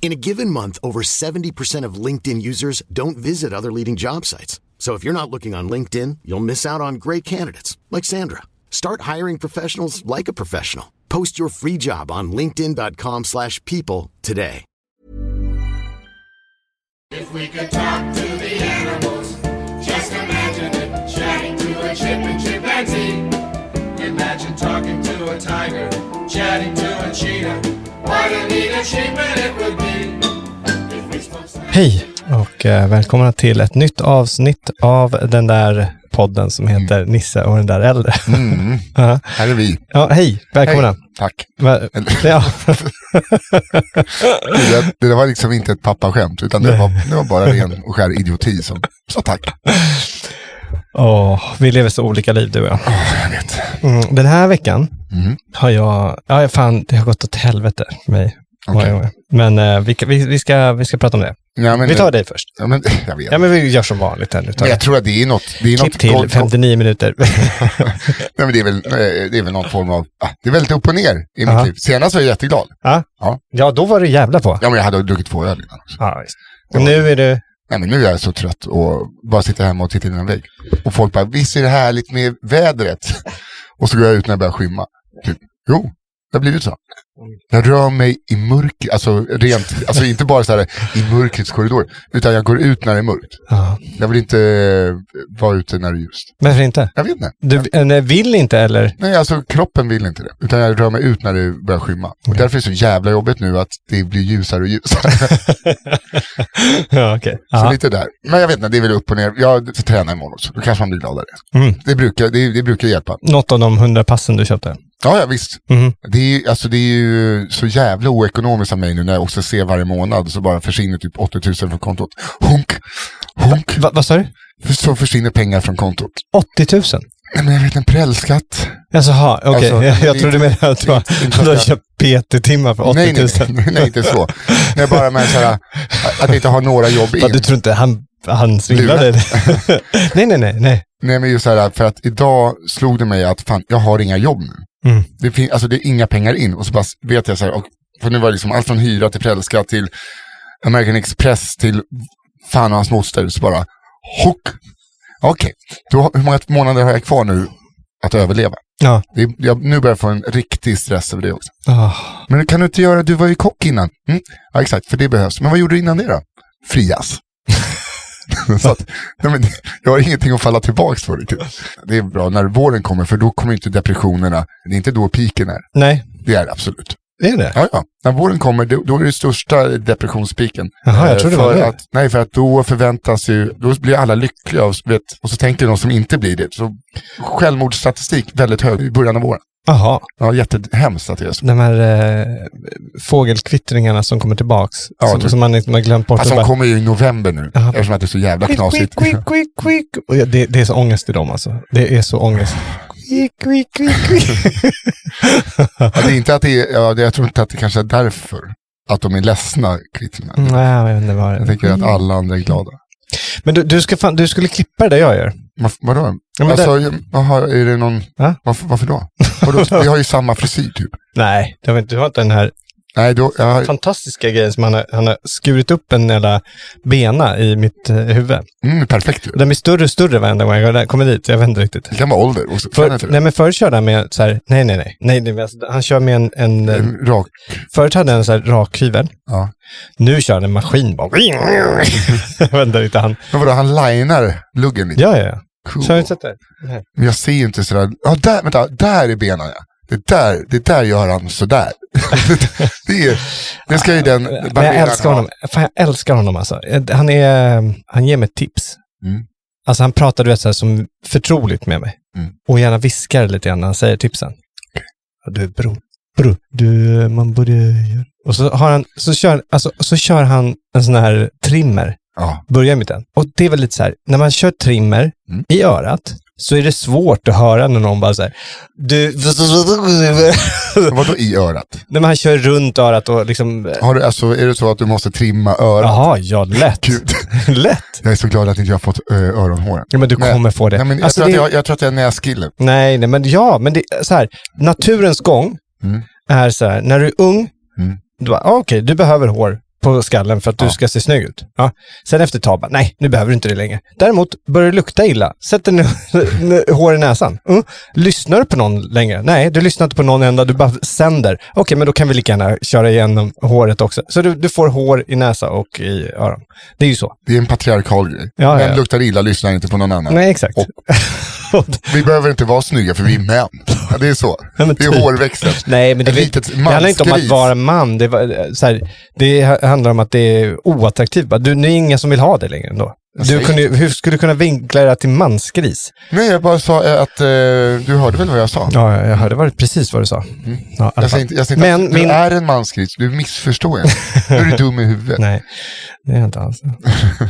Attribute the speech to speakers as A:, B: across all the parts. A: In a given month, over 70% of LinkedIn users don't visit other leading job sites. So if you're not looking on LinkedIn, you'll miss out on great candidates like Sandra. Start hiring professionals like a professional. Post your free job on linkedin.com slash people today.
B: If we could talk to the animals, just imagine it. Chatting to a chip and chimpanzee. Imagine talking to a tiger, chatting to a cheetah. What a neat achievement it would be. If we spoke
C: Hej och eh, välkomna till ett nytt avsnitt av den där podden som heter Nisse och den där äldre.
D: Mm,
C: Ja.
D: här är vi.
C: ja, hej, välkomna.
D: Hej, Tack.
C: Va- Ja,
D: Det där, det där var liksom inte ett pappaskämt, utan det var, det var bara ren och skär idioti som sa tack.
C: Åh, vi lever så olika liv du och jag.
D: Jag vet.
C: Mm, den här veckan
D: Mm.
C: har jag, ja fan det har gått åt helvete för mig. många
D: Okej.
C: gånger. Men eh, vi, vi, vi, ska, vi ska prata om det.
D: Ja, men,
C: Vi tar dig först.
D: Ja, men, jag vet.
C: Ja, men vi gör som vanligt här nu. Tar
D: men
C: vi.
D: jag tror att det är något... Det är
C: Klipp till
D: något
C: 59 minuter.
D: Nej, men det, är väl, eh, det är väl någon form av... ah, Det är väldigt upp och ner i
C: Aha.
D: mitt liv. Senast var jag jätteglad.
C: ja.
D: Ja.
C: ja, då var du jävla på.
D: Ja, men jag hade druckit två öl innan. också.
C: Ja, visst. och nu är du,
D: Nej, men nu är jag så trött och bara sitter hemma och tittar in i en vägg. Och folk bara, visst är det härligt med vädret? Och så går jag ut när det börjar skymma. Typ, jo, det har blivit så. Jag rör mig i mörker, alltså rent, alltså inte bara så här i mörkrets korridor, utan jag går ut när det är mörkt.
C: ja.
D: Jag vill inte eh, vara ute när det är ljust.
C: varför inte?
D: Jag vet inte.
C: Du eh, nej, vill inte eller?
D: Nej, alltså kroppen vill inte det. Utan jag rör mig ut när det börjar skymma. Och därför är det så jävla jobbigt nu att det blir ljusare och ljusare.
C: Ja, okej.
D: Så
C: Ja.
D: lite där. Men jag vet inte, det är väl upp och ner. Jag ska träna imorgon också. Då kanske man blir gladare.
C: Mm.
D: Det, brukar, det, det brukar hjälpa.
C: Något av de hundra passen du köpte?
D: Ja, ja visst.
C: Mhm.
D: Det, är, ju- alltså, det är ju så jävla oekonomiskt av mig nu när jag också ser varje månad så bara försvinner typ 80 000 från kontot. Hunk! Hunk!
C: Va, vad sa du?
D: Så försvinner pengar från kontot.
C: 80 000?
D: Nej, men jag vet en prälskatt.
C: Alltså, ha, okej.
D: Alltså,
C: jag jag
D: det-
C: trodde du menade att du har-
D: det- det-
C: du har köpt PT-timmar för 80 000.
D: Nej, nej, nej, nej, inte så. Nej, bara med så här, att inte ha några jobb
C: Va, du
D: in.
C: tror inte han, han svindlade? nej, nej, nej. nej.
D: Nej, men just så här, för att idag slog det mig att fan, jag har inga jobb nu.
C: Mm.
D: Det, fin- alltså, det är inga pengar in. Och så bara s- vet jag så här, och, för nu var det liksom allt från hyra till prälska till American Express till fan och hans moster. Så bara, hock! Okej, då hur många månader har jag kvar nu att överleva?
C: Ja.
D: Det, är- jag, nu börjar jag få en riktig stress över det också.
C: Ah,
D: Men kan du inte göra, du var ju kock innan. Mm? Ja, exakt, för det behövs. Men vad gjorde du innan det då? Frias. så att, nej men, jag har ingenting att falla tillbaks på riktigt. Det är bra när våren kommer, för då kommer inte depressionerna, det är inte då piken är.
C: nej,
D: Det är det absolut.
C: det är det.
D: Ja, ja. När våren kommer, då, då är det största depressionspiken.
C: Jaha, jag
D: Eh,
C: trodde det
D: för
C: var det.
D: att, Nej, för att då förväntas ju, då blir alla lyckliga och, vet, och så tänker de som inte blir det. Så självmordsstatistik väldigt hög i början av våren.
C: Jaha,
D: Ja, jättehemskt att det är så.
C: de här eh, fågelkvittringarna som kommer tillbaks.
D: Ja,
C: som,
D: typ.
C: som man inte man har glömt bort.
D: Alltså
C: och
D: de
C: bara,
D: kommer ju i november nu,
C: Jaha.
D: eftersom att det är så jävla
C: quick, quick,
D: knasigt.
C: quick, quick, quick. Och ja, det, det är så ångest i dem alltså. Det är så ångest. Quick, quick, quick, quick.
D: Ja, det är inte att det är, ja, det, jag tror inte att det kanske är därför att de är ledsna, kvitterna.
C: Nej, jag vet inte vad det
D: Jag
C: är.
D: tänker att alla andra är glada.
C: Men
D: Men,
C: du, du, ska fan, du skulle klippa det där jag gör.
D: vadå?
C: Ja, men
D: alltså, jaha, är det någon,
C: Va?
D: varför, varför då? Vadå? Vi har ju samma frisyr typ.
C: Nej, det har inte, du har inte den här
D: Nej, då, jag,
C: fantastiska grejen som han har, han har skurit upp en jävla bena i mitt eh, huvud.
D: mm, perfekt ju.
C: Och Den blir större och större varenda gång jag går- kommer dit. Jag vet inte riktigt.
D: Det kan vara ålder också. Kan inte
C: För,
D: det?
C: nej, men förut körde han med så här, nej, nej, nej. nej, nej men alltså, han kör med en, en eh,
D: En Rak.
C: förut hade han en så här rakhyvel.
D: Mm. Ja.
C: Nu kör han en maskin bara. jag vet inte riktigt han.
D: Men vadå, han linar luggen lite.
C: Ja, ja, ja.
D: Cool.
C: Så har du inte sett det? Nej.
D: Men jag ser ju inte sådär, ja där, vänta, där är benen ja. Det där, det där gör han sådär. det, är, det ska ju den
C: Men jag
D: barberaren
C: älskar
D: ha.
C: honom. Fan, jag älskar honom alltså. Han, är, han ger mig tips.
D: Mm.
C: Alltså han pratar du vet, så här, som förtroligt med mig.
D: Mm.
C: Och gärna viskar lite grann när han säger tipsen. Du bror, bror, du, man borde göra... Och så, har han, så, kör, alltså, så kör han en sån här trimmer.
D: Ja.
C: Börjar med den. Och det är väl lite så här, när man kör trimmer
D: Mm.
C: i örat så är det svårt att höra när någon bara så här, du...
D: Vadå i örat?
C: när man kör runt örat och liksom...
D: Har du, alltså, är det så att du måste trimma örat?
C: Jaha, ja, lätt.
D: Gud.
C: lätt.
D: Jag är så glad att inte jag har fått ö, öronhår.
C: Ja, men du kommer få det.
D: Nej, men jag,
C: Alltså,
D: tror
C: det-
D: Att jag, jag tror att det är näskillen.
C: Nej, nej, men ja, men det är så här, naturens gång
D: Mm.
C: är så här, när du är ung,
D: Mm.
C: du bara, ah, okej, du behöver hår på skallen för att
D: Ja.
C: du ska se snygg ut. Ja. Sen efter ett tag, bara, nej, nu behöver du inte det längre. Däremot, börjar det lukta illa, sätter ni hår i näsan. Mm. Lyssnar du på någon längre? Nej, du lyssnar inte på någon enda, du bara sänder. Okej, men då kan vi lika gärna köra igenom håret också. Så du, du får hår i näsa och i öron. Det är ju så.
D: Det är en patriarkal grej.
C: Ja,
D: Vem
C: ja.
D: luktar illa lyssnar inte på någon annan.
C: Nej, exakt.
D: Och- Vi behöver inte vara snygga för vi är män. Ja, det är så.
C: Ja, men
D: det är
C: typ.
D: hårväxten.
C: Nej, men det,
D: Ett
C: det,
D: litet
C: det handlar inte om att
D: mansgris.
C: vara man. Det, var, så här, det ha- handlar om att det är oattraktivt. Bara, Du, det är ingen som vill ha det längre ändå. Du
D: säger
C: kunde, ju- hur skulle du kunna vinkla det till mansgris?
D: Nej, jag bara sa eh, att eh, du hörde väl vad jag sa?
C: Ja, jag hörde var, precis vad du sa. Ja, i alla
D: Mm. Jag
C: fall.
D: säger inte, jag säger inte
C: Alltså, Men
D: att du
C: min-
D: är en mansgris, du missförstår jag. Nu är du dum i huvudet.
C: Nej, det är jag inte alls. Nej,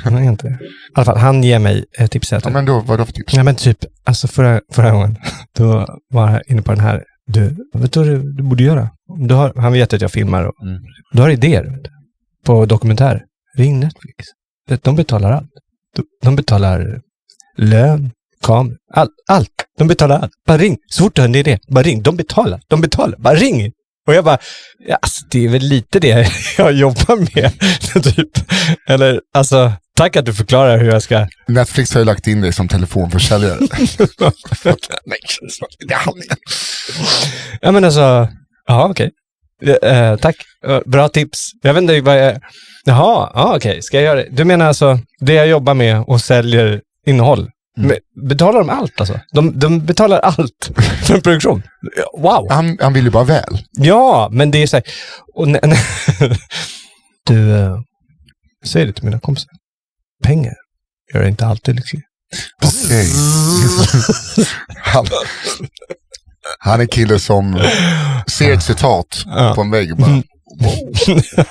C: jag är inte. det. I alla fall, han ger mig eh, tipset.
D: Ja, men då, vadå för tips?
C: Nej men typ, alltså förra, förra gången, då var jag inne på den här, du, vet du vad du, du borde göra? Du har, han vet att jag filmar och
D: Mm.
C: du har idéer vet du, på dokumentär. Ring Netflix. Det- De betalar allt. De- De betalar lön, kameror, all, allt. De betalar allt. Bara ring. Så fort du har en idé, bara ring. De betalar. De betalar. Bara ring. Och jag bara, ja, alltså, det är väl lite det jag jobbar med. typ. Eller, alltså, tack att du förklarar hur jag ska...
D: Netflix har ju lagt in dig som telefonförsäljare. Nej, det är han.
C: Ja, men alltså... Jaha, okej. Eh, tack. Eh, Bra tips. Jag vet inte vad jag... Jaha, ja, okej. Ska jag göra det? Du menar alltså det jag jobbar med och säljer innehåll?
D: Mm.
C: Men Betalar de allt alltså? De, de betalar allt för en produktion? Wow!
D: han, han vill ju bara väl.
C: Ja, men det är så här... Och när, när, du, eh, säg det till mina kompisar. Pengar gör inte alltid lycklig.
D: Okej. han, han är en kille som ser ett citat på en vägg och
C: Mm.
D: bara,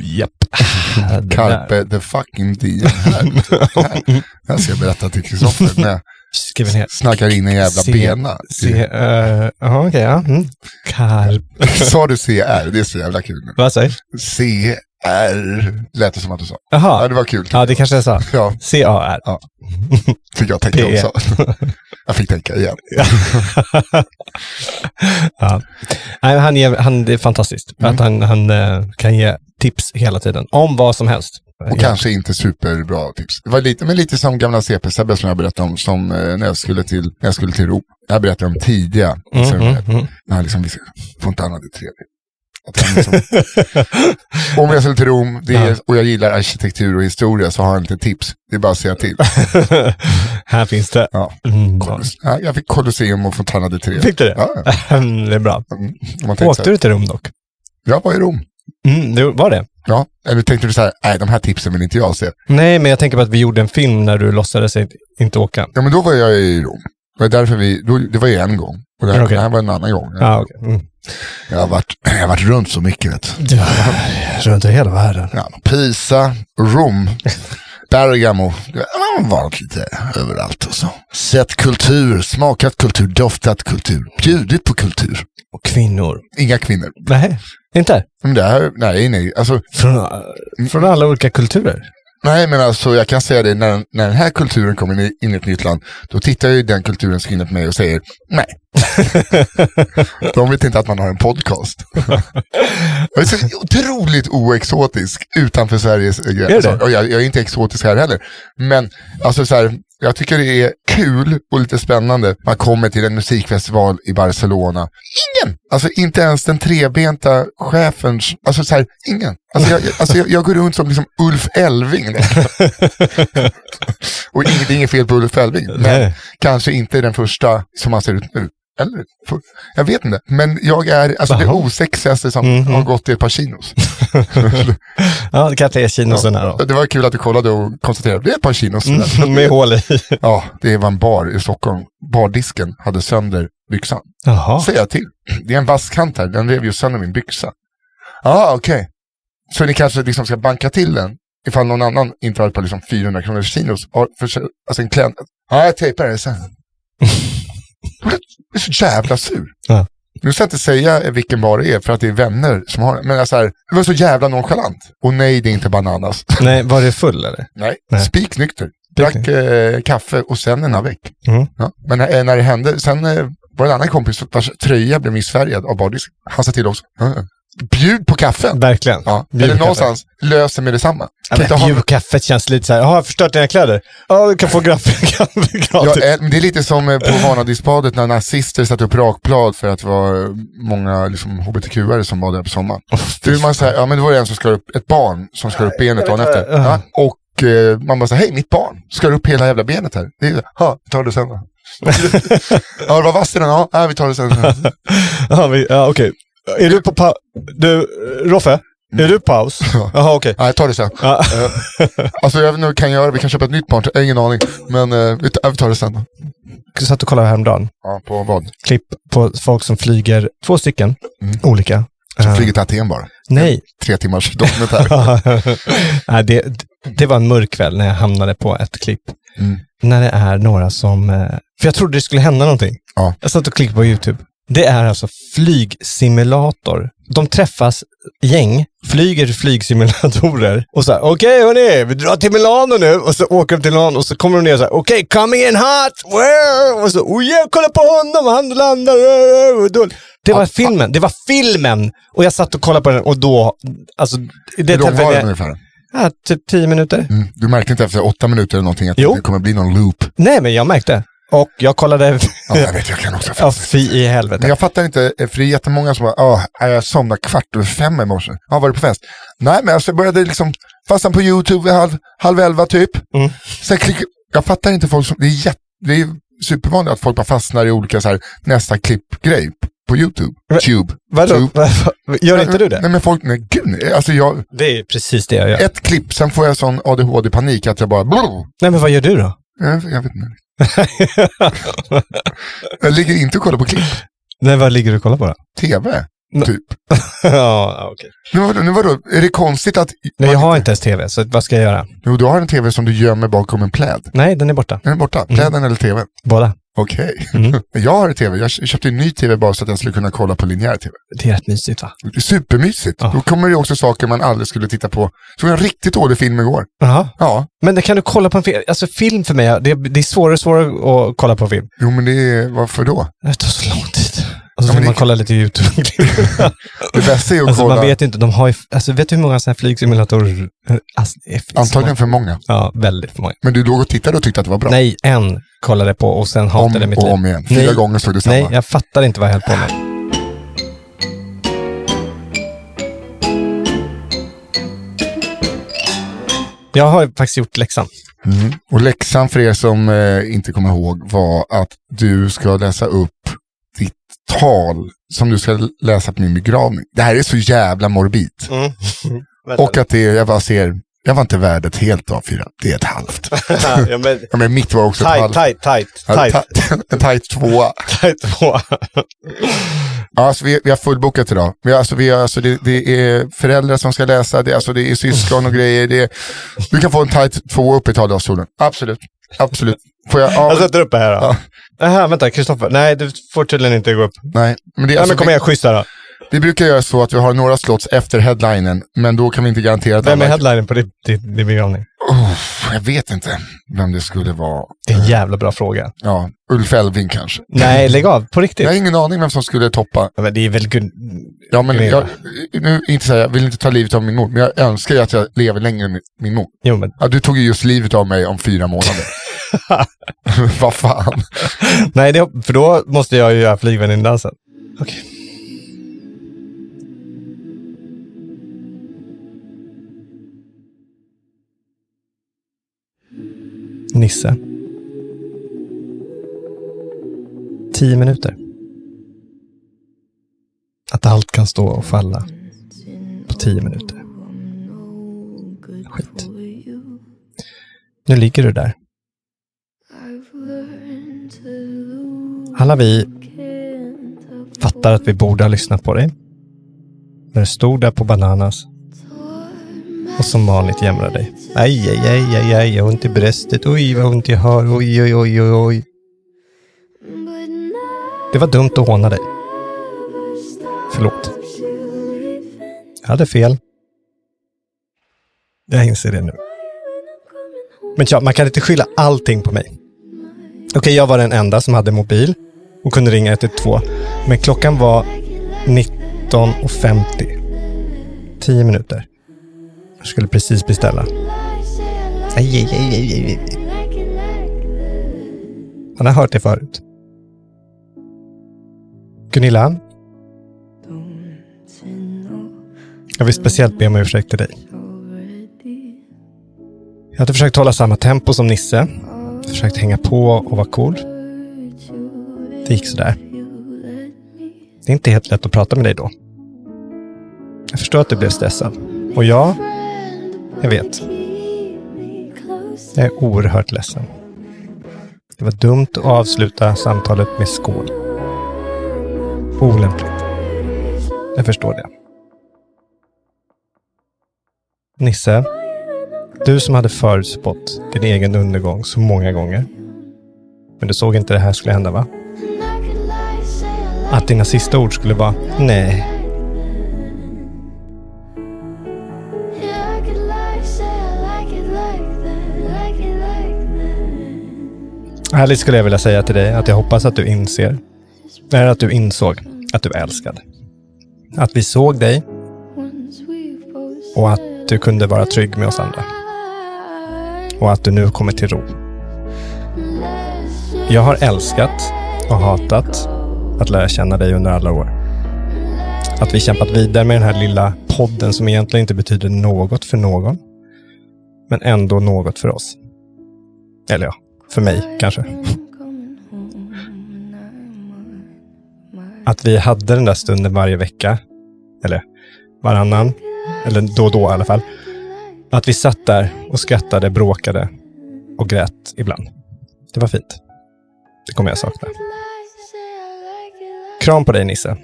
C: Japp. Ah, Det där.
D: carpe the fucking diem. Här, här, här ska jag berätta till Kristoffer. när jag
C: Skriver ner.
D: Snackar in en jävla
C: Se-
D: bena.
C: Se, eh, ja, okej, ja. Mm. Karp.
D: Sa du CR? Det är så jävla kul. nu.
C: Vad säger du?
D: CR lät det som att du sa. Ja,
C: Jaha.
D: det var kul.
C: Ja, det kanske jag sa.
D: Ja,
C: C-A-R.
D: fick jag tänka
C: PR.
D: också. Jag fick tänka igen.
C: Ja. Nej, han, ger, han, det är fantastiskt att han, han eh, kan ge tips hela tiden om vad som helst.
D: Och kanske inte superbra tips. Det var lite, men lite som gamla CP-Sebbe som jag berättade om, som eh, när jag skulle till, när jag skulle till Rom. Jag berättade om tidiga,
C: Mm,
D: sen,
C: mm, mm.
D: när han liksom visste, får inte annat i 3D. Att han
C: mm.
D: liksom, om jag skulle till Rom det är, och jag gillar arkitektur och historia så har han lite tips. Det är bara att säga till.
C: Här finns det.
D: Ja.
C: Mm.
D: Ja, jag fick Colosseum och Fontana di Trevi.
C: Fick du det?
D: Ja,
C: det är bra.
D: mm. Om man tänkte så
C: Åkte
D: här,
C: du till Rom dock?
D: Jag var i Rom.
C: Mm, det var det?
D: Ja, eller tänkte du så här, nej de här tipsen vill inte jag se.
C: Nej, men jag tänker på att vi gjorde en film när du låtsades inte åka.
D: Ja men då var jag i Rom. Det var därför vi, då, det var ju en gång. Och det här,
C: Okej.
D: det här var en annan gång.
C: Ja, okej. Mm.
D: Jag har varit, jag har varit runt så mycket vet du.
C: Runt i hela världen.
D: Ja, Pisa, Rom, Bergamo. Det har Man har varit lite överallt och så. Sett kultur, smakat kultur, doftat kultur, bjudit på kultur.
C: Och kvinnor.
D: Inga kvinnor.
C: Nej, inte?
D: Men det här, nej, nej. Alltså,
C: Från, från alla olika kulturer?
D: nej men alltså jag kan säga det, när, när den här kulturen kommer in i- in i ett nytt land, då tittar ju den kulturen in på mig och säger nej. De vet inte att man har en podcast. Jag är så otroligt oexotisk utanför Sveriges eh,
C: det?
D: gräns. Alltså, och jag, jag är inte exotisk här heller. Men alltså så här, jag tycker det är kul och lite spännande. Man kommer till en musikfestival i Barcelona. Ingen! Alltså inte ens den trebenta chefens, alltså så här, ingen. Alltså jag, jag- alltså, jag, jag går runt som liksom Ulf Elving. och inget, det är inget fel på Ulf Elving. Men,
C: Nej.
D: kanske inte den första som han ser ut nu. Eller, för, jag vet inte. Men jag är alltså, det
C: Jaha.
D: osexigaste som
C: Mhm.
D: har gått i ett par chinos.
C: Ja, det kanske är kinosen här då.
D: Det var kul att du kollade och konstaterade, det är ett par chinos.
C: Mm, Med hål i.
D: Ja, det var en bar i Stockholm. Bardisken hade sönder byxan.
C: Jaha.
D: Säger jag till. Det är en vaskkant här, den rev ju sönder min byxa. Ja, okej. Så ni kanske liksom ska banka till den ifall någon annan inte har ett par liksom 400 kronors chinos. och försö- Alltså en klient. Ja, jag tejpar det sen. jag är så jävla sur.
C: Ja.
D: Nu ska jag inte säga vilken bar det är för att det är vänner som har den. Men alltså här, det var så jävla nonchalant. Och nej, det är inte bananas.
C: Nej, var det full eller?
D: nej,
C: Nej.
D: spiknykter. Drack eh, kaffe och sen en avec.
C: Mm.
D: Ja. Men när, när det hände, sen eh, var det en annan kompis vars tröja blev missfärgad av bardisken. Han sa till också. "Ja, Bjud på kaffen.
C: Verkligen.
D: Ja,
C: Bjud
D: eller
C: på
D: någonstans löser med detsamma.
C: Ja,
D: Kan inte
C: men
D: ha-
C: bjud på kaffet känns lite så här, "Jaha, jag har förstört dina kläder. Ja, du kan få graff- kaffe
D: Ja,
C: gratis.
D: eh, men det är lite som eh, på Vanadisbadet när nazister satte upp rakblad för att det var eh, många liksom, hbtq-are som var där på sommaren. Då är man så här, ja men det var det en som skar upp, ett barn som skar upp benet dagen efter. Ja, och eh, man bara så här, hej mitt barn, skar upp hela jävla benet här. Det är, så här, ja, vi tar det sen då. ja, det var vass i den, ja, ja, vi tar det sen.
C: Ja, vi- ja okej. Är du på paus? Du, eh, Roffe? Är du på paus? Jaha, okej.
D: Mm. Ja, jag tar det sen.
C: Ja.
D: Eh, alltså jag vet inte hur vi kan göra, vi kan köpa ett nytt barn, jag har ingen aning. Men eh, vi tar- ja, vi tar det sen då.
C: Jag satt och kollade häromdagen.
D: Ja, på vad?
C: Klipp på folk som flyger, två stycken,
D: Mm.
C: olika.
D: Som
C: Eh,
D: flyger till Aten bara.
C: Nej.
D: Tre timmars dokumentär.
C: Nej, det, det var en mörk kväll när jag hamnade på ett klipp.
D: Mm.
C: När det är några som... eh, För jag trodde det skulle hända någonting.
D: Ja.
C: Jag satt och klickade på YouTube. Det är alltså flygsimulator. De träffas gäng, flyger flygsimulatorer och så här, okej hörni, vi drar till Milano nu. Och så åker de till Milano och så kommer de ner och så här, okej coming in hot, Wow! och så, oh yeah, kolla på honom, han landar. eh, eh, då." Det var filmen, det var filmen! Och jag satt och kollade på den och då, alltså, i det
D: Hur lång var
C: tillfället-
D: den ungefär?
C: Ja, typ tio minuter.
D: Mm. Du märkte inte efter åtta minuter eller någonting att
C: Jo.
D: det kommer bli någon loop?
C: Nej, men jag märkte. Och jag kollade,
D: Ja, jag vet, jag kan också.
C: ja fy i
D: Men
C: helvete.
D: jag fattar inte, eh, för det är jättemånga som bara, ah, jag somnade kvart över fem i morse. Ja, var du på fest? Nej, men alltså jag började liksom, fastna på YouTube vid halv, halv elva typ.
C: Mm.
D: Sen klick, jag fattar inte folk som, det är, jätte, det är supervanligt att folk bara fastnar i olika så här, nästa klipp-grej på YouTube.
C: Men-
D: Tube.
C: Vadå?
D: Tube.
C: Gör inte du
D: Nej,
C: det?
D: men folk, nej gud, nej. alltså jag,
C: Det är precis det jag gör.
D: ett klipp, sen får jag sån ADHD-panik att jag bara, brr,
C: Nej, men vad gör du då?
D: jag, jag vet inte. Jag ligger inte och kollar på klipp.
C: Nej, vad ligger du och kollar på då?
D: tv,
C: Nej.
D: typ.
C: ja, okej.
D: Nu, vadå- nu vadå, är det konstigt att...
C: Nej, jag har inte ens tv, så vad ska jag göra?
D: Jo, du har en tv som du gömmer bakom en pläd.
C: Nej, den är borta.
D: Den är borta, pläden eller tvn.
C: Båda.
D: Okej.
C: Mm.
D: Jag har en tv, jag kö- köpte en ny tv bara så att jag skulle kunna kolla på linjär tv.
C: Det är rätt mysigt, va?
D: Det är supermysigt.
C: Ja.
D: Då kommer det också saker man aldrig skulle titta på. Så en riktigt dålig film igår.
C: Jaha.
D: Ja,
C: Men kan du kolla på en film? Alltså film för mig, det, det är svårare och svårare att kolla på film.
D: jo men det är, varför då?
C: Det tar så lång tid. Och så
D: Ja, men
C: får
D: det-
C: man kolla lite YouTube-klipp.
D: Det bästa är att
C: Alltså
D: kolla,
C: man vet ju inte, de har ju, alltså vet du hur många sådana här flygsimulatorer, alltså, det finns
D: antagligen för många.
C: Ja, väldigt för många.
D: Men du låg och tittade och tyckte att det var bra.
C: Nej, en kollade på och sen
D: om
C: hatade mitt
D: och
C: liv.
D: om igen. Fyra
C: Nej.
D: gånger såg du samma.
C: Nej, jag fattar inte vad jag höll på med. Jag har ju faktiskt gjort läxan.
D: Mm. Och läxan för er som eh, inte kommer ihåg var att du ska läsa upp ditt tal som du ska läsa på min begravning. Det här är så jävla morbid.
C: Mm.
D: Och att det, jag bara ser, jag var inte värd ett helt A4, det är ett halvt.
C: ja, men,
D: Ja, men mitt var också ett
C: tight, tight,
D: halvt.
C: tight,
D: Ja,
C: tight,
D: ta- En tajt tvåa.
C: tight två.
D: Ja, alltså vi, vi har fullbokat idag. Vi, har- alltså, vi, har- alltså, det, det är föräldrar som ska läsa, det, alltså, det är syskon och grejer. Det är, du kan få en tajt tvåa uppe i talarstolen. Absolut. Absolut. Får jag? Ja,
C: Jag sätter upp det här då.
D: Ja.
C: Aha, vänta, Kristoffer. Nej, du får tydligen inte gå upp.
D: nej. Men det, är
C: Nej,
D: alltså,
C: men kom igen, schysst här då.
D: Vi brukar göra så att vi har några slots efter headlinen, men då kan vi inte garantera att
C: Vem är
D: alla-
C: headlinen på din, din, din begravning?
D: Oh, jag vet inte vem det skulle vara.
C: Det är en jävla bra fråga.
D: Ja, Ulf Elving kanske.
C: Nej, lägg av. På riktigt.
D: Jag har ingen aning vem som skulle toppa.
C: Ja, men det är väl Gun...
D: Ja, men
C: Gunilla.
D: jag, nu, inte så här, jag vill inte ta livet av min mor, men jag önskar ju att jag lever längre än min- min mor.
C: Jo, men
D: Ja, du tog ju just livet av mig om fyra månader. Vad fan.
C: Nej, det, för då måste jag ju göra flygvärdinnedansen. Okej. Nisse. Tio minuter. Att allt kan stå och falla på tio minuter. Skit. Nu ligger du där. Alla vi fattar att vi borde ha lyssnat på dig. När du stod där på Bananas och som vanligt jämrade dig. Aj, aj, aj, aj, aj, jag har ont i bröstet. Oj, vad ont jag har. Oj, oj, oj, oj, oj. Det var dumt att håna dig. Förlåt. Jag hade fel. Jag inser det nu. Men ja, man kan inte skylla allting på mig. Okej, jag var den enda som hade mobil och kunde ringa 112. Men klockan var 19.50. 10 minuter. Jag skulle precis beställa. Aj, aj, aj, aj, aj, aj. Man har hört det förut. Gunilla, jag vill speciellt be om ursäkt till dig. Jag hade försökt hålla samma tempo som Nisse. Försökt hänga på och vara cool. Det gick sådär. Det är inte helt lätt att prata med dig då. Jag förstår att du blev stressad. Och jag, jag vet. Jag är oerhört ledsen. Det var dumt att avsluta samtalet med skål. Olämpligt. Jag förstår det. Nisse, du som hade förutspått din egen undergång så många gånger. Men du såg inte det här skulle hända va? Att dina sista ord skulle vara nej. Ärligt skulle jag vilja säga till dig att jag hoppas att du inser, eller att du insåg att du är älskad. Att vi såg dig och att du kunde vara trygg med oss andra. Och att du nu kommer till ro. Jag har älskat och hatat att lära känna dig under alla år. Att vi kämpat vidare med den här lilla podden som egentligen inte betyder något för någon. Men ändå något för oss. Eller ja, för mig kanske. Att vi hade den där stunden varje vecka. Eller varannan. Eller då och då i alla fall. Att vi satt där och skrattade, bråkade och grät ibland. Det var fint. Det kommer jag sakna. Kram på dig Nisse.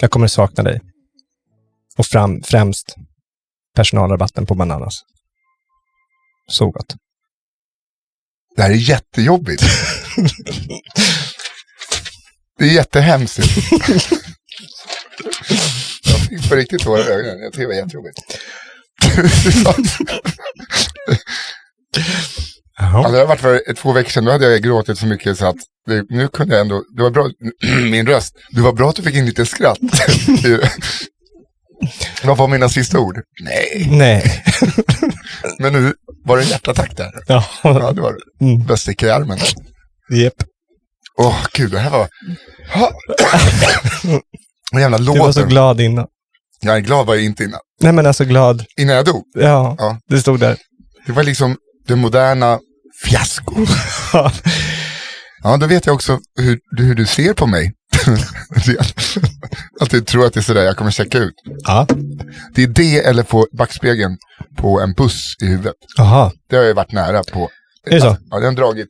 C: Jag kommer sakna dig. Och fram, främst personalrabatten på Bananas. Så gott.
D: Det här är jättejobbigt. det är jättehemskt. jag fick på riktigt tårar i ögonen. Jag tyckte det var jättejobbigt. Ja,
C: Jaha.
D: Alltså, det har varit för två veckor sedan, då hade jag gråtit så mycket så att det, nu kunde jag ändå, det var bra, min röst, det var bra att du fick in lite skratt. Vad var mina sista ord? Nej,
C: Nej.
D: men nu var det en hjärtattack där.
C: Ja.
D: Ja, det var det.
C: Mm.
D: Bäst sticker i armen.
C: Japp.
D: Åh, gud, det här var... Ha! Den jävla låten.
C: Mm. Du var så glad innan.
D: Jag är glad var jag inte innan.
C: Nej men alltså glad.
D: Innan jag dog.
C: Ja,
D: Ja.
C: det stod där.
D: Det var liksom det moderna fiasko.
C: Ja.
D: Ja, då vet jag också hur, hur du ser på mig. att du tror att det är sådär jag kommer checka ut.
C: Ja.
D: Det är det eller få backspegeln på en buss i huvudet.
C: Aha.
D: Det har jag ju varit nära på.
C: Är det så?
D: Ja, den har dragit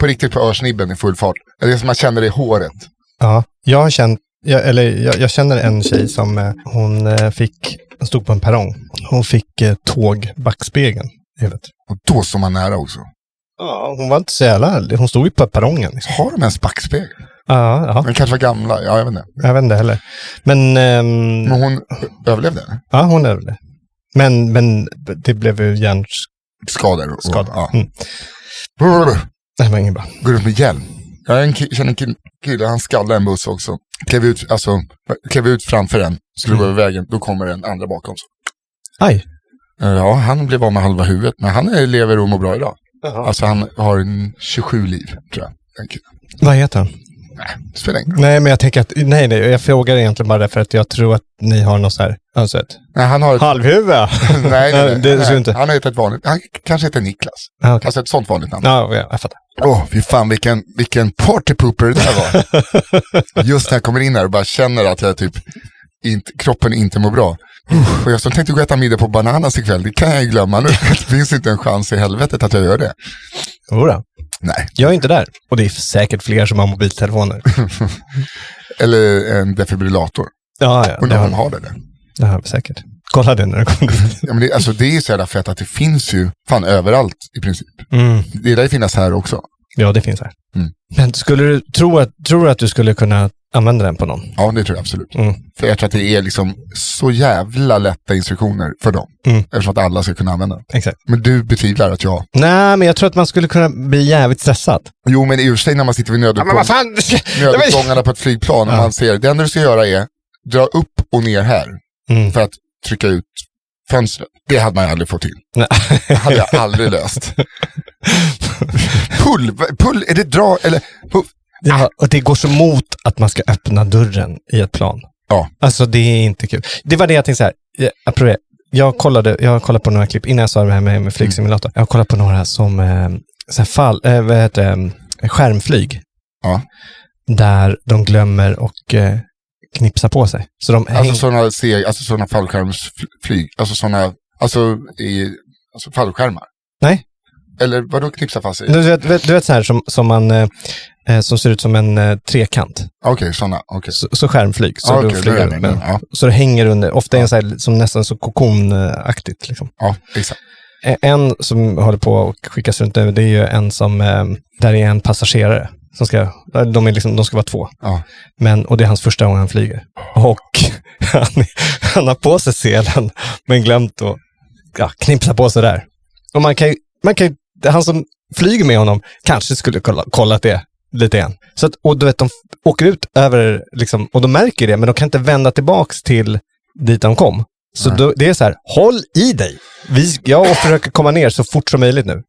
D: på riktigt på örsnibben i full fart. Det är som man känner det i håret.
C: Ja, jag har känt, jag, eller jag, jag känner en tjej som eh, hon eh, fick, hon stod på en perrong. Hon fick eh, tåg backspegeln i huvudet.
D: Och då står man nära också.
C: Ja, hon var inte så jävla ärlig. Hon stod ju på perrongen. Liksom.
D: Har de ens backspegel?
C: Ja, ja,
D: De kanske var gamla, ja jag vet inte.
C: jag vet inte heller. Men, ehm,
D: Men hon överlevde?
C: ja hon överlevde. Men, men det blev ju hjärnskada.
D: Skador? Och, Ja.
C: Mm.
D: Brr,
C: Det var inget bra.
D: Går runt med hjälm. Jag är en ki- känner en kill- kille, han skallade en buss också. Klev ut, alltså, klev ut framför en, skulle
C: Mm.
D: gå över vägen, då kommer den andra bakom. Så.
C: Aj.
D: Eh, Ja, han blev av med halva huvudet, men han är- lever och mår bra idag. Alltså han har en 27 liv, tror jag. Den killen.
C: Vad heter han?
D: Nej, spelar ingen roll.
C: Nej, men jag tänker att, nej, nej, jag frågar egentligen bara därför att jag tror att ni har något så här, alltså ett
D: Nej, han har ett...
C: halvhuvud. nej,
D: nej, nej, nej,
C: det
D: nej.
C: ser du inte.
D: Han har ett, ett vanligt, han kanske heter Niklas.
C: Ah, okej.
D: Alltså ett sånt vanligt namn.
C: Ja, jag, jag fattar.
D: Åh, fy fan vilken, vilken party pooper det där var. Just när jag kommer in här och bara känner att jag typ inte, kroppen inte mår bra. Uff, Och jag som tänkte gå och äta middag på Bananas ikväll, det kan jag ju glömma nu. Det finns inte en chans i helvetet att jag gör det.
C: Jodå.
D: Nej,
C: Jag är inte där. Och det är säkert fler som har mobiltelefoner.
D: eller en defibrillator.
C: Ja, ja. Det
D: Undrar om de
C: har,
D: har det där.
C: det har vi säkert. Kolla den när den kommer ut.
D: Ja, men det, alltså, det är så jävla fett att det finns ju fan överallt i princip.
C: Mm.
D: Det lär ju finnas här också.
C: Ja, det finns här.
D: Mm.
C: Men skulle du tro att, tror du att du skulle kunna använda den på någon?
D: Ja, det tror jag absolut.
C: Mm.
D: För jag tror att det är liksom så jävla lätta instruktioner för dem.
C: Mm.
D: Eftersom att alla ska kunna använda den.
C: Exakt.
D: Men du betvivlar att jag...
C: Nej, men jag tror att man skulle kunna bli jävligt stressad.
D: Jo, men i och för sig när man sitter vid
C: Ja, men
D: nödutgång...
C: vad fan!
D: nödutgångarna på ett flygplan och
C: Ja.
D: man ser, det enda du ska göra är dra upp och ner här
C: Mm.
D: för att trycka ut fönstret. Det hade man ju aldrig fått till.
C: Nej.
D: Det hade jag aldrig löst. Pull, vad- pull, är det dra eller puff?
C: Ja, och det går så mot att man ska öppna dörren i ett plan.
D: Ja.
C: Alltså det är inte kul. Det var det jag tänkte så här, eh, apropå det. jag kollade, jag har kollat på några klipp innan jag sa det här med, med flygsimulator. Jag har kollat på några som eh, så här fall, eh, vad heter det, eh, skärmflyg.
D: Ja.
C: Där de glömmer och eh, knipsa på sig. Så de häng,
D: Alltså sådana seg, alltså sådana fallskärmsflyg, alltså sådana, alltså, i, alltså fallskärmar.
C: Nej.
D: Eller vadå knipsa fast sig?
C: du vet, vet- du vet så här som, som man eh, eh, som ser ut som en eh, trekant.
D: Okej, sådana, okej.
C: Så, så skärmflyg. Så
D: Ja,
C: du
D: okej, då är
C: flyger
D: jag med.
C: med.
D: Ja.
C: Så det hänger under. Ofta är det så här, som nästan så kokonaktigt. Liksom.
D: Ja, exakt.
C: En som håller på och skickas runt nu, det är ju en som, eh, där är en passagerare. Som ska, de, är liksom, de ska vara två.
D: Ja.
C: Men, och det är hans första gång han flyger. Och han, han har på sig selen, men glömt att ja, knipsa på sig där. Och man kan, ju- man kan, ju- han som flyger med honom kanske skulle kolla, kollat det lite grann. Så att, och du vet, de f- åker ut över, liksom, och de märker det, men de kan inte vända tillbaks till dit de kom. Så
D: Nej.
C: då, det är så här, håll i dig. Vi, jag försöker komma ner så fort som möjligt nu.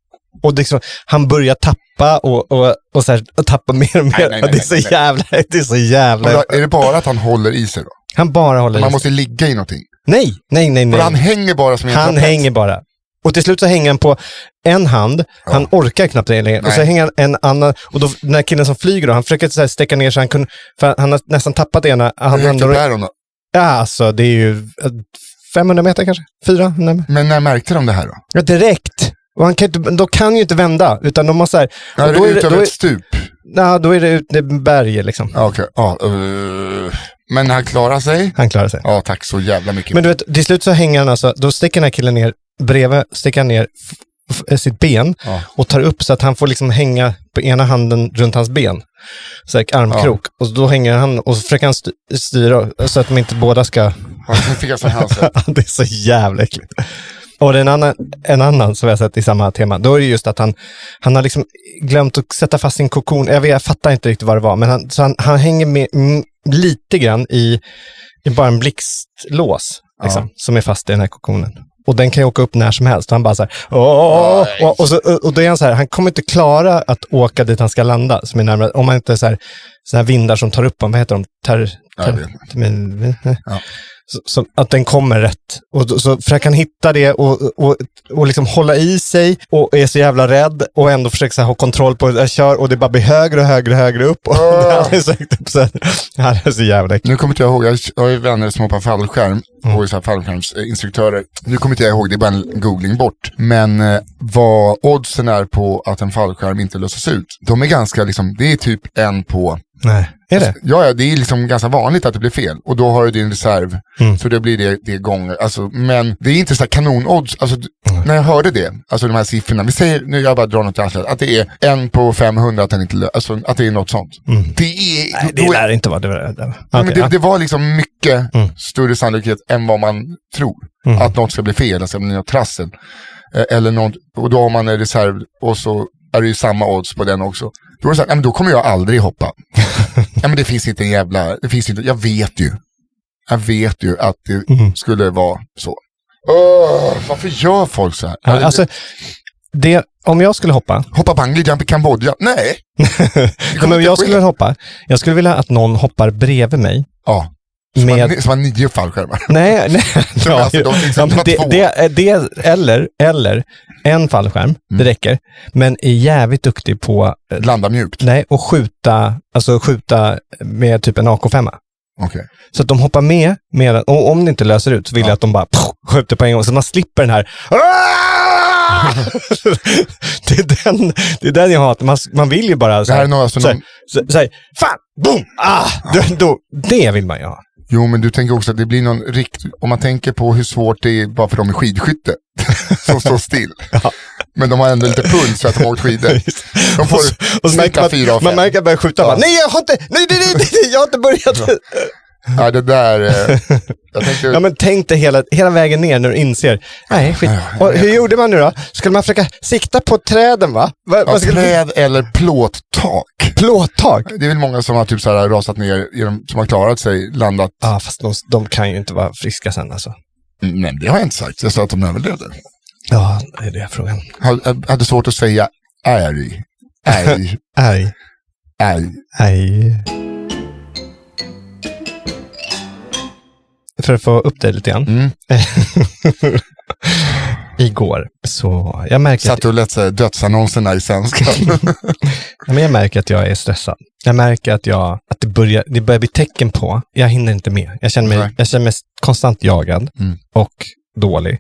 C: Och liksom, han börjar tappa och, och, och, så här, och tappa mer och mer.
D: Nej, nej,
C: och det, är
D: nej,
C: så
D: nej.
C: jävla, det är så jävla...
D: Men då, är det bara att han håller i sig då?
C: Han bara håller i
D: Man
C: sig.
D: måste ligga i någonting.
C: Nej, nej, nej.
D: Och
C: nej.
D: han hänger bara som i en
C: Han
D: trapett.
C: hänger bara. Och till slut så hänger han på en hand, han orkar knappt det längre. Och så
D: Nej.
C: hänger han en annan, och då, den här killen som flyger då, han försöker så här sträcka ner så han kunde, för han har nästan tappat ena. Han
D: Hur högt
C: hamnar-
D: upp är de då?
C: ja, alltså det är ju eh, 500 meter kanske? 400 meter?
D: Men när märkte de det här då?
C: Ja, direkt. Och han kan inte, de kan ju inte vända, utan de måste så här,
D: När
C: och
D: det
C: då,
D: är
C: är det,
D: ut
C: då,
D: över
C: är,
D: ett stup?
C: ja, då är det ut, det är berg liksom.
D: Ja, okej. Ja, eh, men han klarar sig?
C: Han klarar sig.
D: Ja, tack så jävla mycket.
C: Men du vet, till slut så hänger han alltså, då sticker den här killen ner, bredvid sticker han ner f- f- eh, sitt ben
D: Ja.
C: och tar upp så att han får liksom hänga på ena handen runt hans ben. Så här, armkrok. Och då hänger han och så försöker han sty- styra så att de inte båda ska...
D: Ja, Nu fick jag sån här alltså.
C: det är så jävla äckligt. Och en annan, en annan som jag har sett i samma tema, då är det just att han, han har liksom glömt att sätta fast sin kokon. Jag, vet, jag fattar inte riktigt vad det var, men han, så han, han hänger med mm, lite grann i, i bara en blixtlås liksom, som är fast i den här kokonen. Och den kan ju åka upp när som helst. Och han bara så här, åh, och, och, så, och då är han så här, han kommer inte klara att åka dit han ska landa, som är närmare, om man inte så här, så här vindar som tar upp honom, vad heter de? Ter,
D: Ja,
C: ter,
D: jag vet
C: men-
D: Ja.
C: så, så att den kommer rätt. Och då, så försöker han hitta det och, och, och liksom hålla i sig och är så jävla rädd och ändå försöker så här, ha kontroll på jag kör och det bara blir högre och högre och högre upp. Och
D: Ah.
C: han är så högt upp så här. Han är så jävla äcklig.
D: Nu kommer inte jag ihåg, jag har ju vänner som hoppar fallskärm
C: Mm.
D: och är så här fallskärmsinstruktörer. Nu kommer inte jag ihåg, det är bara en googling bort. Men eh, vad oddsen är på att en fallskärm inte löses ut, de är ganska liksom, det är typ en på,
C: Nej. Är det?
D: ja ja, det är liksom ganska vanligt att det blir fel. Och då har du din reserv, så det blir det, det gånger. Alltså, men det är inte så här kanonodds, alltså, d- när jag hörde det, alltså de här siffrorna, vi säger, nu jag bara drar något i arslet, att det är en på 500 att den inte lö- alltså att det är något sånt. Det är,
C: Nej, det
D: då är-
C: lär inte vara det. Var, det, var.
D: Nej,
C: Okej, Mm.
D: men det, det var liksom mycket större sannolikhet än vad man tror. Att något ska bli fel, alltså blir något trassel. Eh, Eller något, och då har man en reserv och så är det ju samma odds på den också. Då är det så här, "Nej, men då kommer jag aldrig hoppa. Nej, men det finns inte en jävla, det finns inte, jag vet ju. Jag vet ju att det
C: Mm.
D: skulle vara så. Åh, varför gör folk så här?
C: ja.
D: Alltså,
C: alltså, det, om jag skulle hoppa,
D: hoppa bungee jump i Kambodja? Nej. Det
C: Nej,
D: kommer
C: men om
D: inte
C: jag
D: ske.
C: skulle hoppa, jag skulle vilja att någon hoppar bredvid mig.
D: Ja, som
C: Med,
D: har, som har nio fallskärmar.
C: nej, nej.
D: Som alltså, de liksom
C: Ja, men
D: tar
C: det,
D: två.
C: det, eh, det, eller, eller en fallskärm,
D: Mm.
C: det räcker, men är jävligt duktig på eh,
D: Landa mjukt.
C: nej, att skjuta, alltså skjuta med typ en AK5.
D: Okej.
C: Så att de hoppar med, med den, och om det inte löser ut så vill jag att de bara pff, skjuter på en gång, så man slipper den här "Aah!" det, är den, det är den jag hatar. Man, man vill ju bara så
D: Det här är
C: här,
D: några som
C: så här, så, så här, fan, boom, ah, då, då, det vill man ju ha.
D: Jo, men du tänker också att det blir någon rikt... Om man tänker på hur svårt det är bara för dem i skidskytte som står still. Men de har ändå lite puls för att de har åkt skidor. De får
C: och så, och så märker
D: snittar
C: man,
D: fyra av
C: man
D: fem.
C: märker att man börjar skjuta.
D: Ja.
C: Bara, nej, jag har inte, nej, nej, nej, nej, jag har inte börjat.
D: Ja, det där... eh, Jag tänkte...
C: Ja, men tänk dig hela, hela vägen ner när du inser. Nej, skit. Och hur gjorde man nu då? Skulle man försöka sikta på träden, va? va
D: ja,
C: man skulle-
D: träd eller plåttak.
C: Plåttak?
D: Det är väl många som har typ så här rasat ner, genom, som har klarat sig, landat.
C: Ja, fast de, de kan ju inte vara friska sen alltså.
D: Mm, Nej, det har jag inte sagt. Jag sa att de överlevde.
C: Ja, det är det frågan.
D: Hade- Hade svårt att säga ärg, ärg,
C: Aj,
D: ärg.
C: aj. För att få upp dig lite grann.
D: Mm.
C: Igår, så jag märker, att,
D: Satt och lät så här dödsannonserna i svenskan.
C: ja, men jag märker att jag är stressad. Jag märker att, jag, att det, börjar, det börjar bli tecken på, jag hinner inte med. Jag känner mig,
D: Nej.
C: jag känner mig konstant jagad
D: Mm.
C: och dålig.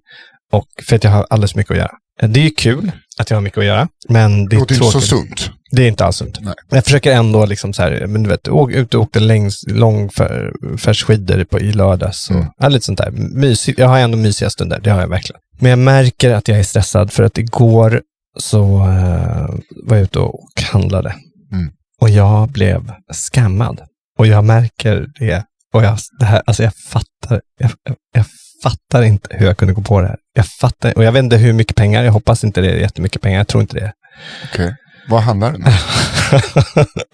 C: Och för att jag har alldeles för mycket att göra. Det är ju kul att jag har mycket att göra, men det
D: Det
C: är
D: låter inte så
C: tråkigt.
D: sunt.
C: Det är inte alls sunt.
D: Nej.
C: Jag försöker ändå liksom så här, men du vet, åk, ut och åkte längs långfärdsskidor på- i lördags. Och,
D: Mm.
C: ja, lite sånt där. Mysigt. Jag har ändå mysiga stunder, det har jag verkligen. Men jag märker att jag är stressad för att igår så eh, var jag ute och handlade.
D: Mm.
C: Och jag blev skammad. Och jag märker det. Och jag, det här, alltså jag fattar, jag, jag, jag fattar inte hur jag kunde gå på det här. Jag fattar, och jag vet inte hur mycket pengar, jag hoppas inte det är jättemycket pengar, jag tror inte det.
D: Okej. Vad handlar den om?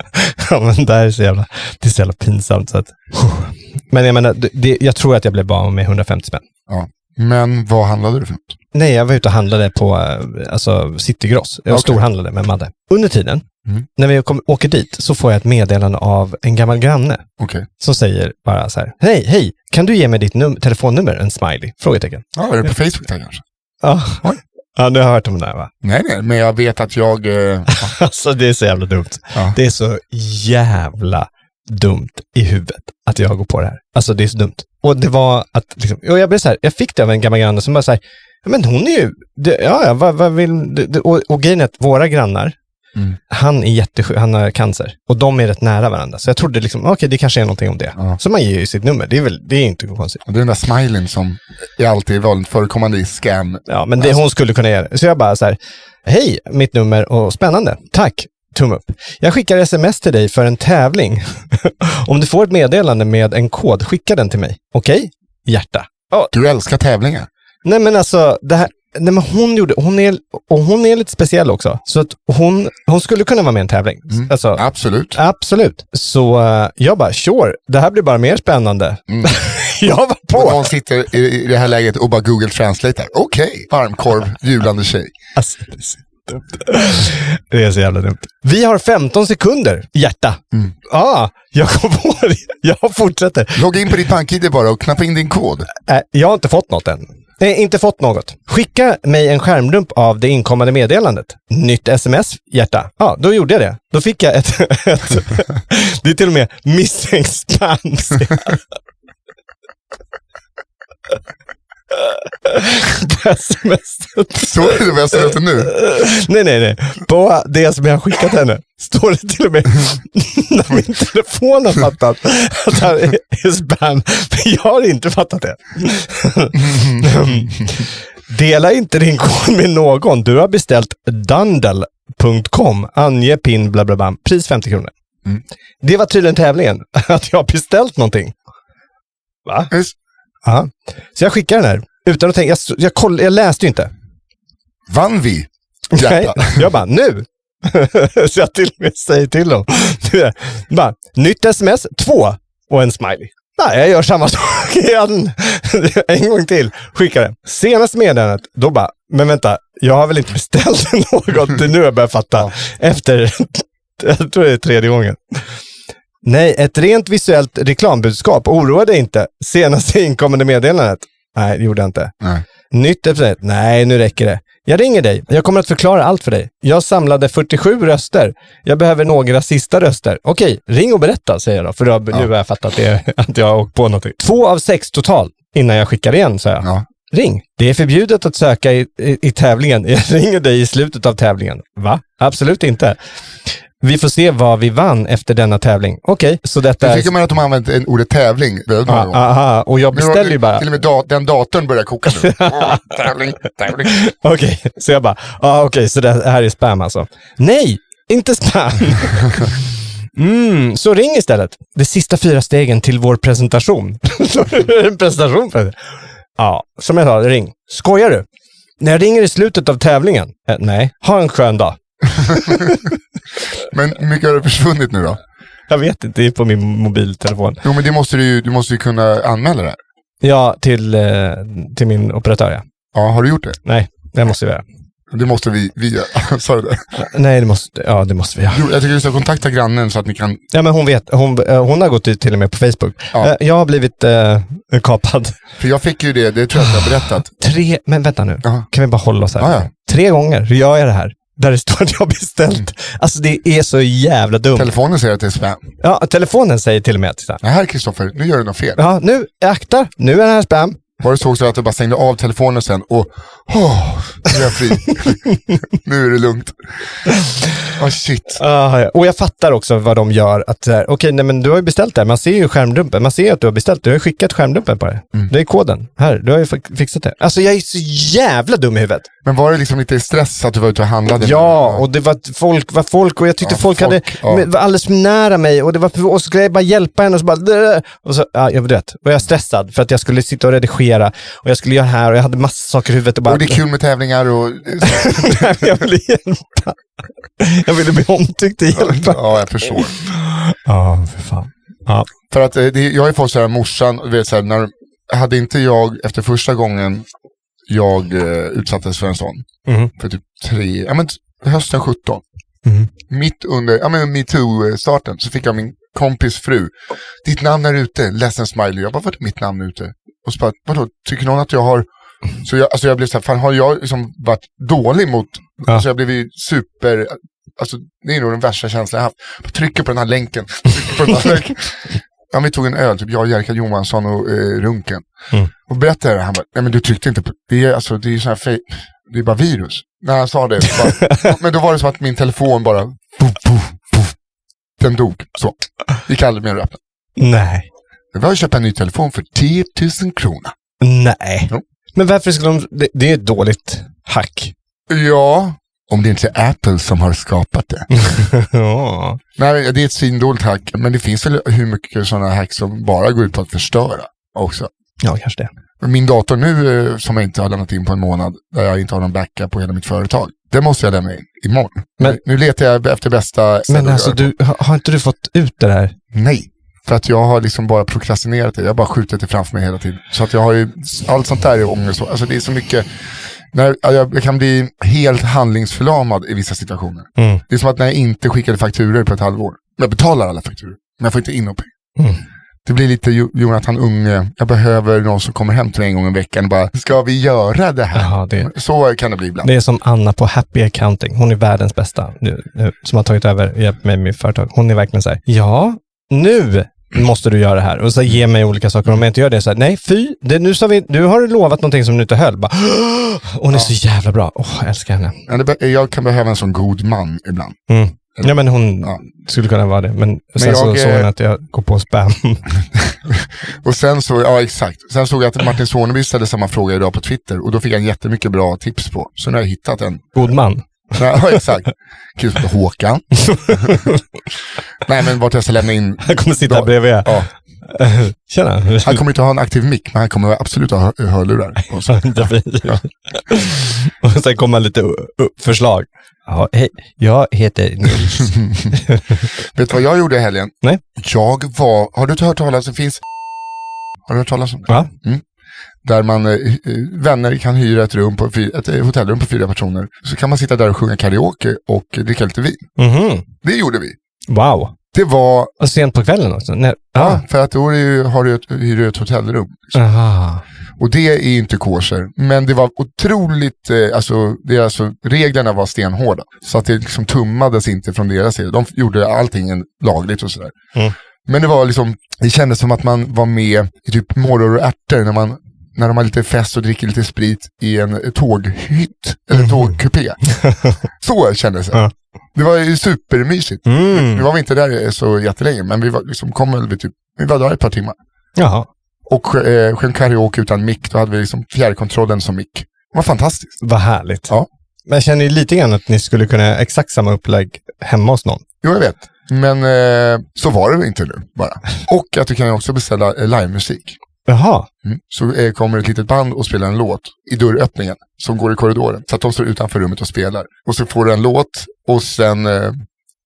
C: ja, men det här är så jävla, det är så jävla pinsamt. Så att, men jag menar, det- det, jag tror att jag blev bara av med 150 spänn.
D: Men vad handlade det för något?
C: Nej, jag var ute och handlade på eh, alltså, Citygross. Jag
D: Okej.
C: storhandlade med Madde. Under tiden,
D: Mm.
C: när vi kom, åker dit, så får jag ett meddelande av en gammal granne
D: Okej.
C: som säger bara så här, hej, hej, kan du ge mig ditt num- telefonnummer? En smiley? Frågetecken.
D: Ja, är det på Facebook där kanske?
C: Ja, ja du har hört om det här va?
D: Nej, nej, men jag vet att jag... Eh,
C: Alltså det är så jävla dumt.
D: Ja.
C: Det är så jävla dumt i huvudet att jag går på det här. Alltså det är så dumt. Och det var att, liksom, och jag blev så här, jag fick det av en gammal granne som bara så här, "Ja, men hon är ju, det, ja, ja, vad, vad vill, det, det, och, och grejen är att våra grannar,
D: Mm.
C: han är jättesjuk, han har cancer. Och de är rätt nära varandra. Så jag trodde liksom, okej, det kanske är någonting om det.
D: Ja.
C: Så man ger ju sitt nummer, det är väl, det är inte konstigt.
D: det är den där smilen som är alltid vanligt förekommande i scam.
C: Ja, men det, hon skulle kunna göra det. Så jag bara så här, hej, mitt nummer och spännande, tack, tumme upp. Jag skickar sms till dig för en tävling. Om du får ett meddelande med en kod, skicka den till mig. Okej? Hjärta.
D: Du älskar tävlingar.
C: Nej men alltså, det här, nej men hon gjorde, hon är, och hon är lite speciell också. Så att hon, hon skulle kunna vara med i en tävling.
D: Mm.
C: Alltså,
D: Absolut.
C: Absolut. Så eh, jag bara, sure, det här blir bara mer spännande. jag var
D: Och
C: på.
D: någon sitter i, i det här läget och bara Google Translate. här. Okej, varmkorv, jublande tjej.
C: Alltså, det är så dumt. Det är så jävla dumt. Vi har 15 sekunder, hjärta. Ja, jag kom på det. Jag fortsätter.
D: Logga in på ditt bank-id bara och knappa in din kod.
C: Äh, jag har inte fått något än. Nej, inte fått något. Skicka mig en skärmdump av det inkommande meddelandet. Nytt sms, hjärta. Ja, då gjorde jag det. Då fick jag ett... ett det är till och med misstänkt spam. ser jag. På sms-et.
D: Så är det vad jag ser ut nu.
C: Nej, nej, nej. På det som jag har skickat henne står det till och med när min telefon har fattat att det här är spam. Men jag har inte fattat det. Dela inte din kod med någon. Du har beställt dandel.com. Ange pin bla bla bla. Pris 50 kronor.
D: Mm.
C: Det var tydligen tävlingen. Att jag har beställt någonting. Va?
D: Just-
C: Ja. Så jag skickar den här. Utan att tänka. Jag, jag, koll, jag läste ju inte.
D: Vann vi?
C: Nej,
D: Hjärta.
C: jag bara, nu! så jag till och med säger till dem. Du vet, bara, nytt sms, två och en smiley. Nej, jag gör samma sak igen. en gång till. Skickar den. Senaste meddelandet, då bara, men vänta, jag har väl inte beställt något? Det är nu jag börjar fatta. Efter, jag tror det är tredje gången. Nej, ett rent visuellt reklambudskap. Oroa dig inte. Senaste inkommande meddelandet. Nej, det gjorde jag inte.
D: Nej.
C: Nytt epitet. Nej, nu räcker det. Jag ringer dig. Jag kommer att förklara allt för dig. Jag samlade 47 röster. Jag behöver några sista röster. Okej, ring och berätta, säger jag då. För då, nu har jag fattat att, det, att jag har åkt på någonting. Två av sex total innan jag skickar igen, sa jag.
D: Ja.
C: Ring. Det är förbjudet att söka i, i, i tävlingen. Jag ringer dig i slutet av tävlingen. Va? Absolut inte. Vi får se vad vi vann efter denna tävling. Okej, så detta
D: Jag
C: är...
D: tycker man att de har använt en- ordet tävling väldigt många
C: Ah,
D: gånger.
C: aha, och jag
D: Nu har-
C: beställer ju
D: nu-
C: bara.
D: Till och med da- den datorn börjar koka nu. Åh, tävling, tävling.
C: Okej, så jag bara, ah, okej, så det här är spam alltså. Nej, inte spam. Mm, så ring istället. De sista fyra stegen till vår presentation. Så är det en presentation för det. Ja, som jag sa, ring. Skojar du? När jag ringer i slutet av tävlingen? Eh, nej. Ha en skön dag.
D: Men hur mycket har det försvunnit nu då?
C: Jag vet inte, det är på min mobiltelefon.
D: Jo, men det måste du, ju- du måste ju kunna anmäla det här.
C: Ja, till, eh, till min operatör, ja.
D: Ja, har du gjort det?
C: Nej, det måste vi göra.
D: Det måste vi, vi göra. Sa du det?
C: Nej, det måste, ja, det måste vi göra.
D: Jo, Jag tycker du ska kontakta grannen så att ni kan...
C: Ja, men hon, vet, hon, eh, hon har gått ut till och med på Facebook.
D: Ja.
C: Eh, Jag har blivit eh, kapad.
D: För jag fick ju det, det tror jag att jag har berättat.
C: Tre, men vänta nu.
D: Ja.
C: Kan vi bara hålla oss här?
D: Ja, ja.
C: Tre gånger gör jag det här. Där det står att jag har
D: Mm.
C: beställt. Alltså det är så jävla dumt.
D: Telefonen säger att det är spam.
C: ja, telefonen säger till och med att så här,
D: Nej, här Kristoffer, nu gör du något fel.
C: Ja, nu, akta, nu är det här spam.
D: Var det så också att du bara stängde av telefonen sen och åh, nu är jag fri. nu är det lugnt. Oh, shit.
C: Ah, ja. och jag fattar också vad de gör. Att så här, okej, nej men du har ju beställt det här. Man ser ju skärmdumpen. Man ser ju att du har beställt. Du har ju skickat skärmdumpen på det.
D: Mm.
C: Det är koden. Här, du har ju fi- fixat det. Alltså jag är så jävla dum i huvudet.
D: Men var det liksom lite stress att du var ute och handlade?
C: Ja, och det var folk, var folk och jag tyckte
D: Ja,
C: folk, hade,
D: folk, ja.
C: men var alldeles för nära mig och, det var, och så skulle jag bara hjälpa henne och så bara... "Dö." Och så, ja, jag vet, och jag är stressad för att jag skulle sitta och redigera och jag skulle göra här och jag hade massa saker i huvudet och bara...
D: Och det är kul med tävlingar och...
C: Nej, men jag ville hjälpa. Jag ville bli omtyckt och hjälpa.
D: Ja, jag förstår.
C: Ja, för fan. Ja.
D: För att eh, det, jag har ju fått så här morsan, du vet så här, när, hade inte jag efter första gången jag eh, utsattes för en sån,
C: Mhm.
D: för typ tre, ja men t- hösten 17,
C: Mhm.
D: mitt under, ja men metoo-starten, så fick jag min kompis fru, ditt namn är ute, ledsen smiley, jag bara, vadå mitt namn är ute? Och så bara, vadå, tycker någon att jag har, så jag, alltså jag blev så här, fan har jag liksom varit dålig mot,
C: Ja.
D: alltså jag blev ju super, alltså det är nog den värsta känslan jag haft. Jag trycker på den här länken, trycker på den här länken. Ja, vi tog en öl, typ jag, Jerka Johansson och eh, Runken.
C: Mm.
D: Och berättade det, han bara, nej men du tryckte inte på, det är alltså, det är ju sån här fej- det är bara virus. När han sa det, så bara, men då var det som att min telefon bara, poof, poof, poof. den dog. Så, gick aldrig mer att öppna.
C: Nej.
D: Vi har ju köpt en ny telefon för 10 000 kronor.
C: Nej.
D: Jo.
C: Men varför skulle de... Det, det är ett dåligt hack.
D: Ja, om det inte är Apple som har skapat det.
C: Mm. Ja.
D: Nej, det är ett svindåligt hack, men det finns väl hur mycket sådana hack som bara går ut på att förstöra också.
C: ja, kanske det.
D: Min dator nu eh, som jag inte har lämnat in på en månad, där jag inte har någon backup på hela mitt företag, den måste jag lämna in imorgon.
C: Men-
D: nu letar jag efter bästa sätt
C: Men
D: att
C: alltså,
D: göra det
C: du, har, har inte du fått ut det där?
D: på. Nej, för att jag har liksom bara prokrastinerat det. Jag har bara skjutit det framför mig hela tiden. Så att jag har ju, allt sånt där är ångest. Alltså det är så mycket, när, ja, jag, jag kan bli helt handlingsförlamad i vissa situationer.
C: Mm.
D: Det är som att när jag inte skickade fakturer på ett halvår. Men Jag betalar alla fakturor, men jag får inte in några pengar.
C: Mm.
D: Det blir lite Jo- Jonathan Unge, jag behöver någon som kommer hem till mig en gång i veckan och bara, ska vi göra det här?
C: Jaha, det,
D: Så kan det bli ibland.
C: det är som Anna på Happy Accounting. Hon är världens bästa nu, nu, som har tagit över och hjälpt mig med mitt företag. Hon är verkligen så här, ja, nu måste du göra det här. Och så ge mig olika saker. Om jag inte gör det så här, nej fy, det, nu, sa vi, nu har du lovat någonting som du inte höll. Bara, hon är så jävla bra. Åh, jag älskar henne.
D: Ja, det be- Jag kan behöva en sån god man ibland.
C: Mm. Ja, men hon
D: Ja.
C: skulle kunna vara det. Men sen
D: jag,
C: så
D: eh,
C: såg hon att jag går på spam.
D: Och sen så, ja exakt. Sen såg jag att Martin Soneby ställde samma fråga idag på Twitter och då fick han jättemycket bra tips på. Så nu har jag hittat en.
C: God man.
D: Ja, exakt. Kul Håkan. Nej men vart jag ska lämna in.
C: Han kommer sitta
D: Bra.
C: bredvid.
D: Ja.
C: Tjena.
D: Han kommer inte ha en aktiv mick, men han kommer absolut ha hör- hörlurar. på sig.
C: Och sen kommer lite u- u- förslag. Ja, hej, jag heter Nils.
D: Vet du vad jag gjorde i helgen?
C: Nej.
D: Jag var, har du inte hört talas om, finns, har du hört talas om det?
C: Va?
D: Mm. Där man, eh, eh, vänner kan hyra ett, rum på, fy- ett eh, hotellrum på fyra personer. Så kan man sitta där och sjunga karaoke och eh, dricka lite vin.
C: Mhm.
D: Det gjorde vi.
C: Wow.
D: Det var,
C: Och sent på kvällen också? Ah. Nej.
D: ja, för att då är det ju, har du ett, hyr du ett hotellrum.
C: Ah. Aha.
D: Och det är inte kosher. Men det var otroligt, eh, alltså, det är alltså, reglerna var stenhårda. Så att det liksom tummades inte från deras sida. De gjorde allting lagligt och sådär.
C: Mm.
D: Men det var liksom, det kändes som att man var med i typ morror och ärtor när man när de har lite fest och dricker lite sprit i en tåghytt, eller tågkupé. Så kändes det.
C: Mm. Ja.
D: Det var ju supermysigt. Nu
C: Mm.
D: var vi inte där så jättelänge, men vi var, liksom, kom väl vid typ, vi var där ett par timmar.
C: Jaha.
D: Och sj- eh, sjöng karaoke utan mick, då hade vi liksom fjärrkontrollen som mick. Det var fantastiskt.
C: Vad härligt.
D: Ja.
C: Men jag känner ju lite grann att ni skulle kunna ha exakt samma upplägg hemma hos någon.
D: Jo, jag vet. Men eh, så var det väl inte nu bara. Och att du kan också beställa eh, livemusik.
C: Jaha.
D: Mm. Så eh, kommer ett litet band och spelar en låt i dörröppningen som går i korridoren. Så att de står utanför rummet och spelar. Och så får du en låt och sen, eh,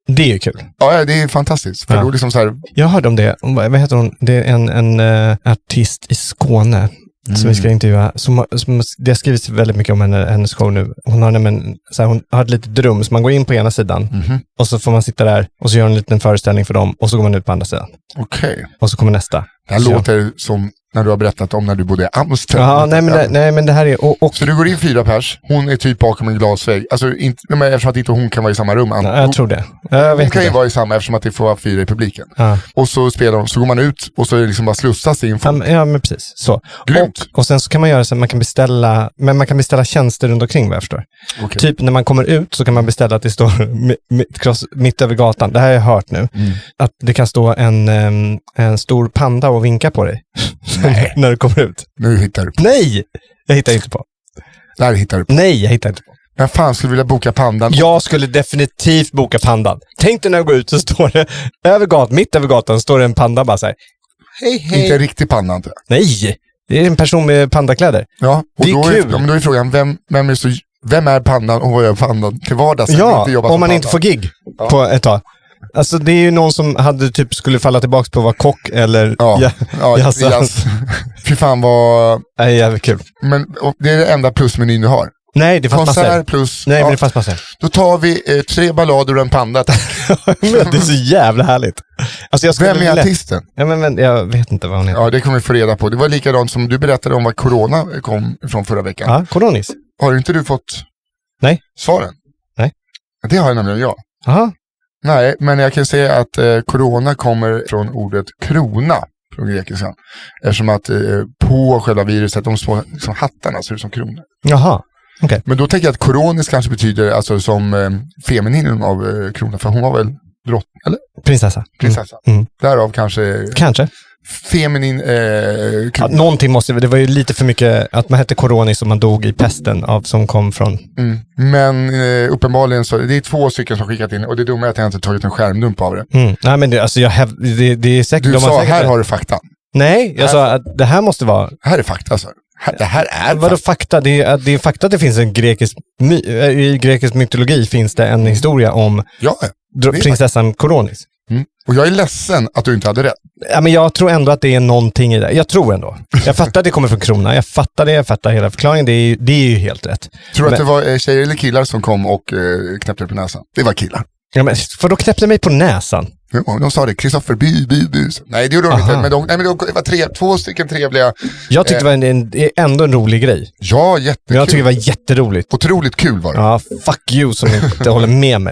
C: Det är ju kul.
D: ja det är fantastiskt. För
C: Ja.
D: då liksom så här,
C: Jag hörde om det. Hon bara, Vad heter hon? Det är en, en eh, artist i Skåne som
D: Mm.
C: vi ska intervjua. Som, har- som, det har skrivits väldigt mycket om henne, hennes show nu. Hon har, nämligen, så här, hon har ett litet rum, så man går in på ena sidan
D: Mhm.
C: och så får man sitta där och så gör en liten föreställning för dem och så går man ut på andra sidan.
D: okej.
C: Och så kommer nästa.
D: Det här
C: Så-
D: låter som när du har berättat om när du bodde i Amsterdam.
C: Ja, nej, men det, nej, men det här är... Och, och,
D: Så du går in fyra pers, hon är typ bakom en glasvägg. Alltså, inte, men eftersom att inte hon kan vara i samma rum.
C: ja, jag tror det. Jag
D: hon
C: vet
D: kan ju
C: inte.
D: vara i samma eftersom att det får vara fyra i publiken.
C: Ja.
D: Och så spelar hon, så går man ut och så är det liksom bara slussas det in
C: Ja,
D: folk.
C: men, ja, men precis. Så.
D: Grymt.
C: Och, och sen så kan man göra så att man kan beställa, men man kan beställa tjänster runt omkring vad jag förstår.
D: Okej.
C: Typ när man kommer ut så kan man beställa att det står mi- mitt, cross, mitt över gatan. Det här har jag hört nu.
D: Mm.
C: Att det kan stå en, em, en stor panda och vinka på dig. när du kommer ut.
D: Nu hittar du på.
C: Nej! Jag hittar inte på.
D: Där hittar du på.
C: Nej, jag hittar inte på.
D: Vem fan skulle vilja boka pandan?
C: Jag skulle definitivt boka pandan. Tänk dig när jag går ut så står det över gatan, mitt över gatan står det en panda bara så här. Hej, hej.
D: Inte en riktig panda inte.
C: Nej! Det är en person med pandakläder.
D: Ja, och
C: Det är
D: då
C: kul.
D: ja, men då är frågan, vem, vem, är så, vem är pandan och vad gör pandan till vardags? när du
C: Ja,
D: jobbar
C: om
D: som
C: man
D: panda?
C: inte får gig på ett tag. Alltså det är ju någon som hade typ skulle falla tillbaka på att vara kock eller...
D: Ja, ja,
C: jazza.
D: jazz. Fy fan vad...
C: Nej, jävligt kul.
D: Men och det är det enda plusmenyn du har.
C: Nej, det fanns massor.
D: Konsert plus...
C: Nej,
D: ja,
C: men det fanns massor.
D: Då tar vi eh, tre ballader och en panda. tack.
C: Men det är så jävla härligt. Alltså jag skulle
D: Vem är
C: lätt-
D: artisten?
C: Ja, men, men, jag vet inte vad hon heter.
D: Ja, det kommer vi få reda på. Det var likadant som du berättade om var corona kom från förra veckan.
C: Ja, Coronis.
D: Har inte du fått
C: Nej.
D: svaren?
C: Nej.
D: Det har jag nämligen jag.
C: Jaha.
D: Nej, men jag kan säga att eh, corona kommer från ordet krona från grekiskan. Eftersom att eh, på själva viruset, de små liksom, hattarna ser ut som kronor.
C: Jaha.
D: Men då tänker jag att koronis kanske betyder alltså som eh, feminin av eh, krona, för hon var väl drottning, eller
C: Prinsessa.
D: prinsessa.
C: Mm. Mm.
D: Därav kanske
C: Kanske.
D: feminin eh,
C: Ja,
D: krona.
C: någonting måste... Det var ju lite för mycket att man hette Coronis och man dog i pesten av, som kom från...
D: Mm. Men eh, uppenbarligen så, det är två stycken som skickat in och det dumma är att jag inte tagit en skärmdump av det.
C: Mm. Nej, men det, alltså jag häv, det, det är säkert...
D: Du
C: de har
D: sa,
C: säkert
D: här
C: rätt.
D: har du fakta.
C: Nej, jag sa att det här måste vara
D: Här är fakta, så. Här, det här är
C: Vadå
D: fakta.
C: fakta? Det är, det är fakta att det finns en grekisk, my, eh, i grekisk mytologi finns det en historia om
D: Ja,
C: dr-
D: Det är
C: prinsessan Koronis.
D: Mm. Och jag är ledsen att du inte hade rätt.
C: Ja, men jag tror ändå att det är någonting i det. Jag tror ändå. Jag fattar att det kommer från krona. Jag fattar det. Jag fattar hela förklaringen. Det är ju, det är ju helt rätt.
D: Tror du att
C: Men-
D: det var eh, tjejer eller killar som kom och eh, knäppte dig på näsan? Det var killar.
C: Ja, men, för då knäppte jag mig på näsan.
D: Jo, De sa det, Kristoffer, by, by, by. Nej, det gjorde de
C: Aha.
D: inte. Men de, nej, men de, det var tre, två stycken trevliga.
C: Jag tyckte
D: Eh.
C: det var en, en, det är ändå en rolig grej.
D: Ja, jättekul.
C: Jag tycker det var jätteroligt.
D: Otroligt kul var det.
C: Ja, fuck you som inte håller med mig.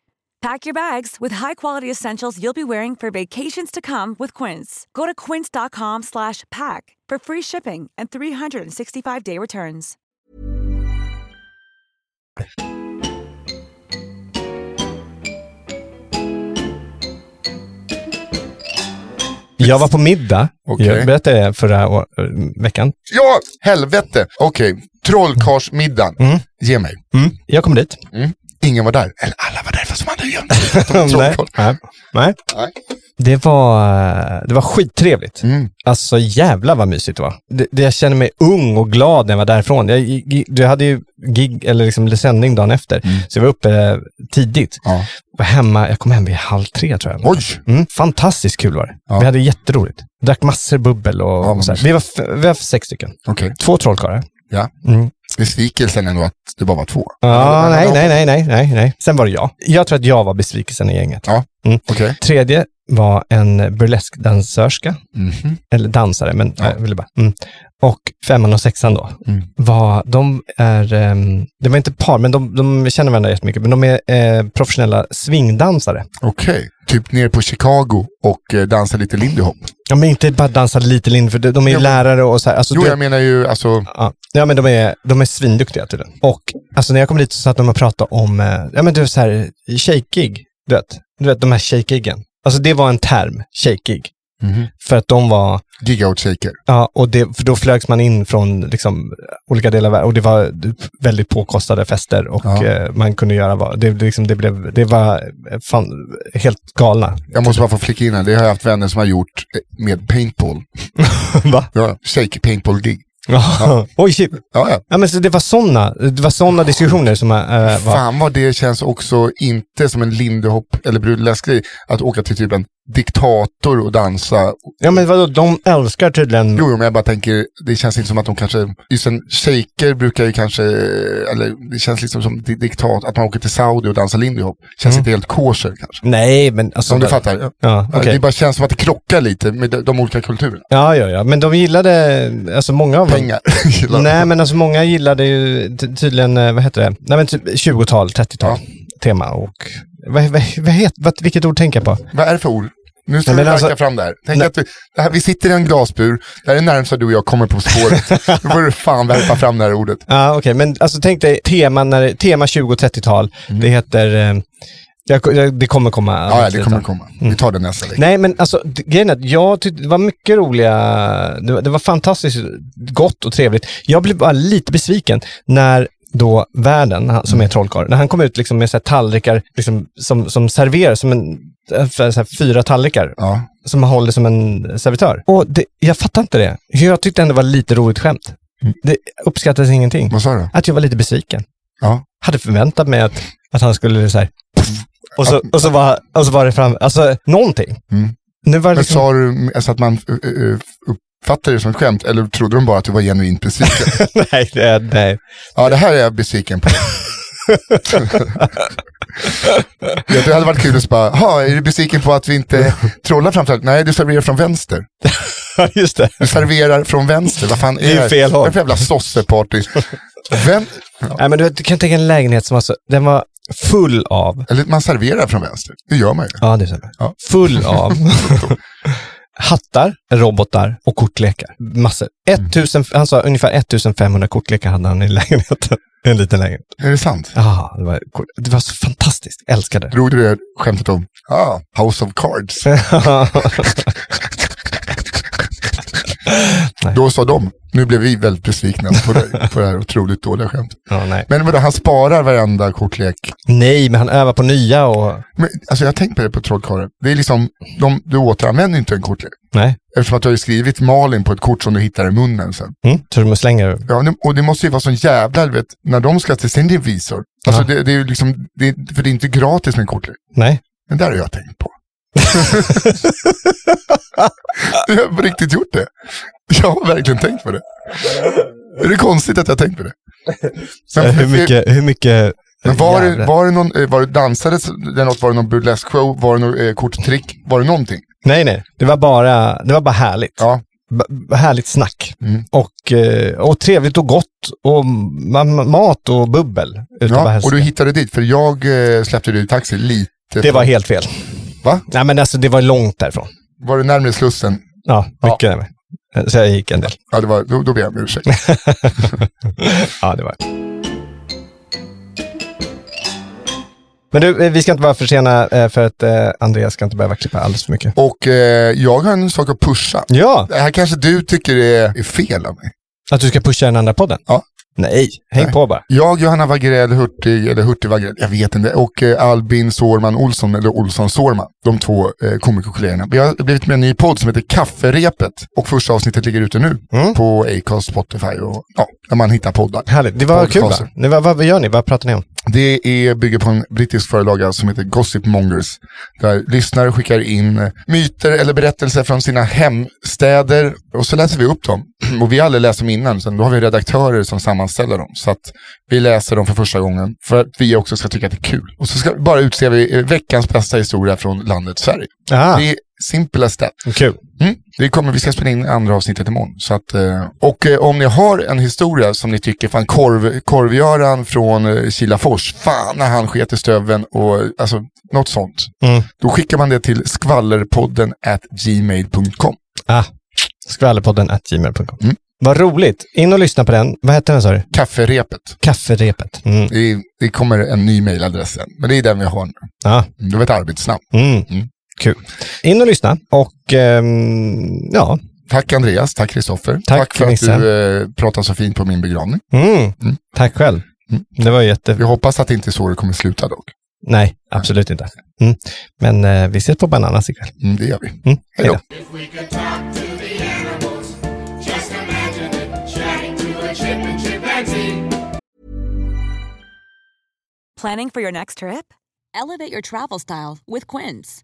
E: Pack your bags with high-quality essentials you'll be wearing for vacations to come with Quince. Go to quince.com slash pack for free shipping and 365-day returns.
C: Jag var på middag,
D: Okej.
C: jag berättade det förra å- veckan.
D: Ja, helvete. Okej, trollkarlsmiddagen.
C: Mm.
D: Ge mig.
C: Jag kom dit.
D: Ingen var där. Eller alla var där fast de hade gömt sig. för att de var
C: Nej.
D: trollkarl.
C: Nej. Nej.
D: Nej.
C: Det var, det var skittrevligt.
D: Mm.
C: Alltså jävla vad mysigt det var. Det, det, jag kände mig ung och glad när jag var därifrån. Jag, gi- jag hade ju gig, eller liksom sändning dagen efter, så jag var uppe eh, tidigt.
D: Mm. Ja.
C: Var hemma, jag kom hem vid halv tre tror jag.
D: Oj,
C: Mm, fantastiskt kul var det.
D: Ja.
C: Vi hade jätteroligt. Drack massor bubbel och,
D: vad
C: och så här.
D: mysigt.
C: Vi var, f- vi var sex stycken.
D: okej.
C: Två trollkarlar.
D: Ja.
C: Mm.
D: Besvikelsen ändå att det bara var två.
C: Ja,
D: Eller-
C: nej, nej, nej, nej, nej, nej. Sen var det jag. Jag tror att jag var besvikelsen i gänget.
D: Ja. Okej.
C: Tredje var en burleskdansörska,
D: Mhm.
C: eller dansare, men
D: Ja.
C: jag ville bara. Mm. Och femman och sexan då,
D: Mm.
C: var, de är, ehm, det var inte par, men de, de känner varandra jättemycket, men de är eh, professionella swingdansare.
D: Okej. Typ ner på Chicago och eh, dansa lite Lindy Hop.
C: Ja, men inte bara dansa lite lind, för de, de är ju
D: Jo, men-
C: lärare och så här. Alltså,
D: Jo,
C: du-
D: jag menar ju alltså...
C: Ja, ja men de är, de är svinduktiga tydligen. Och alltså, när jag kom dit så satt de och pratade om, eh, ja men du så här, shakeig, du vet, du vet de här shakeiggen. Alltså det var en term, shakeig.
D: Mhm.
C: För att de var,
D: Giga och shaker.
C: ja och det, för då flögs man in från liksom olika delar av världen och det var du, väldigt påkostade fester och
D: Ja.
C: eh, man kunde göra vad, det, det liksom, det blev, det var eh, fan, helt galna.
D: Jag måste bara få flika in här. Det har jag haft vänner som har gjort eh, med paintball.
C: Va?
D: Ja, shake paintball-gig.
C: Ja. Oj shit.
D: Ja, ja.
C: Ja men så det var sådana, det var sådana diskussioner som eh, var,
D: Fan vad det känns också inte som en lindehopp eller burleskgrej att åka till typ en diktator och dansa.
C: ja men vadå, de älskar tydligen
D: Jo, jo, men jag bara tänker, det känns inte som att de kanske, just en shaker brukar ju kanske, eller det känns liksom som di- diktat, att man åker till Saudi och dansar lindehopp. Känns inte helt kosher kanske.
C: Nej, men alltså...
D: Som du fattar. Ja.
C: Mm. Ja, okej.
D: Det bara känns som att det krockar lite med de, de olika kulturerna.
C: ja, ja, ja, men de gillade, alltså många av
D: Pengar. Gillar de.
C: Nej, men alltså många gillade ju ty- tydligen, eh, vad heter det, nej men typ 20-tal, 30-tal tema och, vad, vad, vad heter, vad, vilket ord tänker jag på?
D: Vad är det för ord? Nu ska
C: Nej,
D: vi
C: men
D: ranka
C: alltså-
D: fram det här. Tänk
C: Nej.
D: att vi, det här. Vi sitter i en glasbur, det här är närmsta du och jag kommer på spåret. Nu får du fan värpa fram det här ordet.
C: Ja, okej, men alltså tänk dig tema, när, det- tema 20 och 30-tal, det heter, eh, jag, jag, det kommer komma.
D: Mm. Ja, ja, det
C: lite.
D: kommer komma. Vi tar det nästa vecka.
C: Nej, men alltså d- grejen är att jag tyckte det var mycket roliga, det, var- det var fantastiskt gott och trevligt. Jag blev bara lite besviken när då värden, han- som är trollkarl, när han kom ut liksom med så här tallrikar liksom, som, som serverar, som en, eh, så här fyra tallrikar
D: Ja.
C: som han håller som en servitör. Och det, jag fattar inte det. Jag tyckte ändå det var lite roligt skämt. Det uppskattades ingenting.
D: Vad sa du?
C: Att jag var lite besviken.
D: Ja.
C: Hade förväntat mig att, att han skulle så här, och, så, och, så var, och så var det fram, alltså någonting.
D: Mm.
C: Nu var det
D: Men
C: liksom,
D: sa du alltså att man ö, ö, uppfattade det som ett skämt eller trodde de bara att du var genuint besviken?
C: liksom- nej, det är- nej.
D: ja, det här är jag besviken på. ja, det hade varit kul att bara, ha, är du besviken på att vi inte trollar framför allt? Nej, du serverar från vänster.
C: Ja, just det.
D: Du serverar från vänster, vad fan är
C: Det är ju
D: här?
C: fel håll.
D: Vad är det för jävla sosseparty? Vem?
C: Nej, men du, vet, du kan tänka en lägenhet som var så, den var full av,
D: Eller man serverar från vänster, det gör man ju.
C: ja det stämmer,
D: Ja.
C: full av hattar, robotar och kortlekar. Massor.
D: Mm.
C: 1000, Han sa ungefär 1500 kortlekar hade han i lägenheten. En liten lägenhet.
D: Är det sant?
C: Ah, det, var, kort- det var så fantastiskt, älskade det.
D: Drog du det skämtet om ah, House of Cards? Då sa de, nu blev vi väldigt besvikna på det, på det här otroligt dåliga skämtet.
C: Ja, nej.
D: Men vadå, han sparar varenda kortlek.
C: nej, men han övar på nya och...
D: Men, alltså jag har tänkt på det på trollkarlen. Det är liksom, de, du återanvänder inte en kortlek.
C: Nej,
D: Eftersom att du har ju skrivit Malin på ett kort som du hittar i munnen sen.
C: mm, tror du man slänger?
D: Ja, det- och det måste ju vara sån jävla, du vet, när de ska till sin revisor. Alltså det, det är ju liksom, det, är- för det är inte gratis med en kortlek.
C: Nej.
D: Men där har jag tänkt på. jag har på riktigt gjort det. Jag har verkligen tänkt på det. Är det konstigt att jag har tänkt på det? Men-
C: Eh, hur mycket, hur mycket...
D: Men var, det-
C: Jävlar.
D: var det någon, eh, var det dansades det något, var det någon burlesque-show, var det något eh, korttrick, var det någonting?
C: Nej, nej. Det var bara, det var bara härligt.
D: Ja.
C: B- härligt snack.
D: Mm.
C: Och, eh, och trevligt och gott. Och ma- ma- mat och bubbel. Utav
D: Ja,
C: ja,
D: och du hittade dit, för jag eh, släppte dig i taxi lite
C: Det var helt fel.
D: Va?
C: Nej, men alltså det var långt därifrån.
D: Var det närmare Slussen?
C: Ja, mycket närmare. Så jag gick en del.
D: Ja, det var, då, då ber jag om ursäkt.
C: ja, det var Men du, eh, vi ska inte vara försena eh, för att eh, Andreas ska inte behöva klippa alldeles för mycket.
D: Och eh, jag har en sak att pusha.
C: Ja,
D: Det här kanske du tycker är, är fel av mig.
C: att du ska pusha den andra podden?
D: Ja.
C: Nej, häng
D: Nej.
C: på bara.
D: Jag, Johanna Wagrell Hurtig, eller Hurtig Wagrell, jag vet inte, och eh, Albin Sårman Olsson, eller Olsson Sårman, de två eh, komikerkollegorna. Vi har blivit med en ny podd som heter Kafferepet och första avsnittet ligger ute nu
C: Mm.
D: på Acast, Spotify och ja, där man hittar poddar.
C: Härligt, det var kul va?
D: Podcaster.
C: Det var, vad gör ni? Vad pratar ni om?
D: Det är, bygger på en brittisk förlaga som heter Gossip Mongers. Där lyssnare skickar in eh, myter eller berättelser från sina hemstäder och så läser vi upp dem. Och vi har aldrig läst dem innan, sen då har vi redaktörer som sammanställer dem. Så att vi läser dem för första gången för att vi också ska tycka att det är kul. Och så ska bara utse vi eh, veckans bästa historia från landet Sverige.
C: Ah,
D: Det är simplast det.
C: kul.
D: Mm. Vi, kommer, vi ska spela in andra avsnittet imorgon. Så att, eh, och eh, om ni har en historia som ni tycker, fan korv, korvgöran från eh, Kilafors, fan när han sket i stöven och eh, alltså, något sånt.
C: Mm.
D: Då skickar man det till skvallerpodden at gmail.com.
C: Ah, skvallerpodden at gmail.com.
D: Mm.
C: Vad roligt. In och lyssna på den. Vad heter den sa du?
D: Kafferepet.
C: Kafferepet. Mm.
D: Det, är, det kommer en ny mailadress sen, men det är den vi har nu.
C: Ah.
D: Det var ett arbetsnamn.
C: Mm.
D: Mm.
C: Kul. In och lyssna. Och ehm, ja,
D: Tack Andreas, tack Kristoffer.
C: Tack,
D: för att
C: Nisse.
D: du eh, pratade så fint på min begravning.
C: mm. tack själv.
D: Mm.
C: Det var jätte...
D: Vi hoppas att det inte är så det kommer sluta dock.
C: Nej, absolut inte. Mm. Men eh, vi ses på Bananas ikväll.
D: Mm, det gör vi.
C: Mm.
D: Hej då.
B: If we could talk to the animals, just imagine it chatting to a chip and chimpanzee.
E: Planning for your next trip? Elevate your travel style with Quince.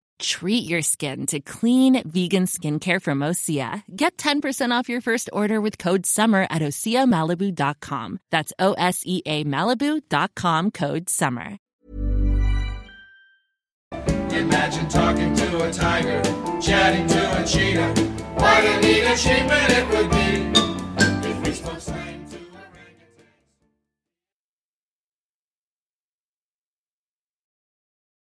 F: Treat your skin to clean vegan skincare from Osea. Get 10% off your first order with code SUMMER at OseaMalibu.com. That's O S E A Malibu.com code SUMMER.
B: Imagine talking to a tiger, chatting to a cheetah. What a neat achievement it would be.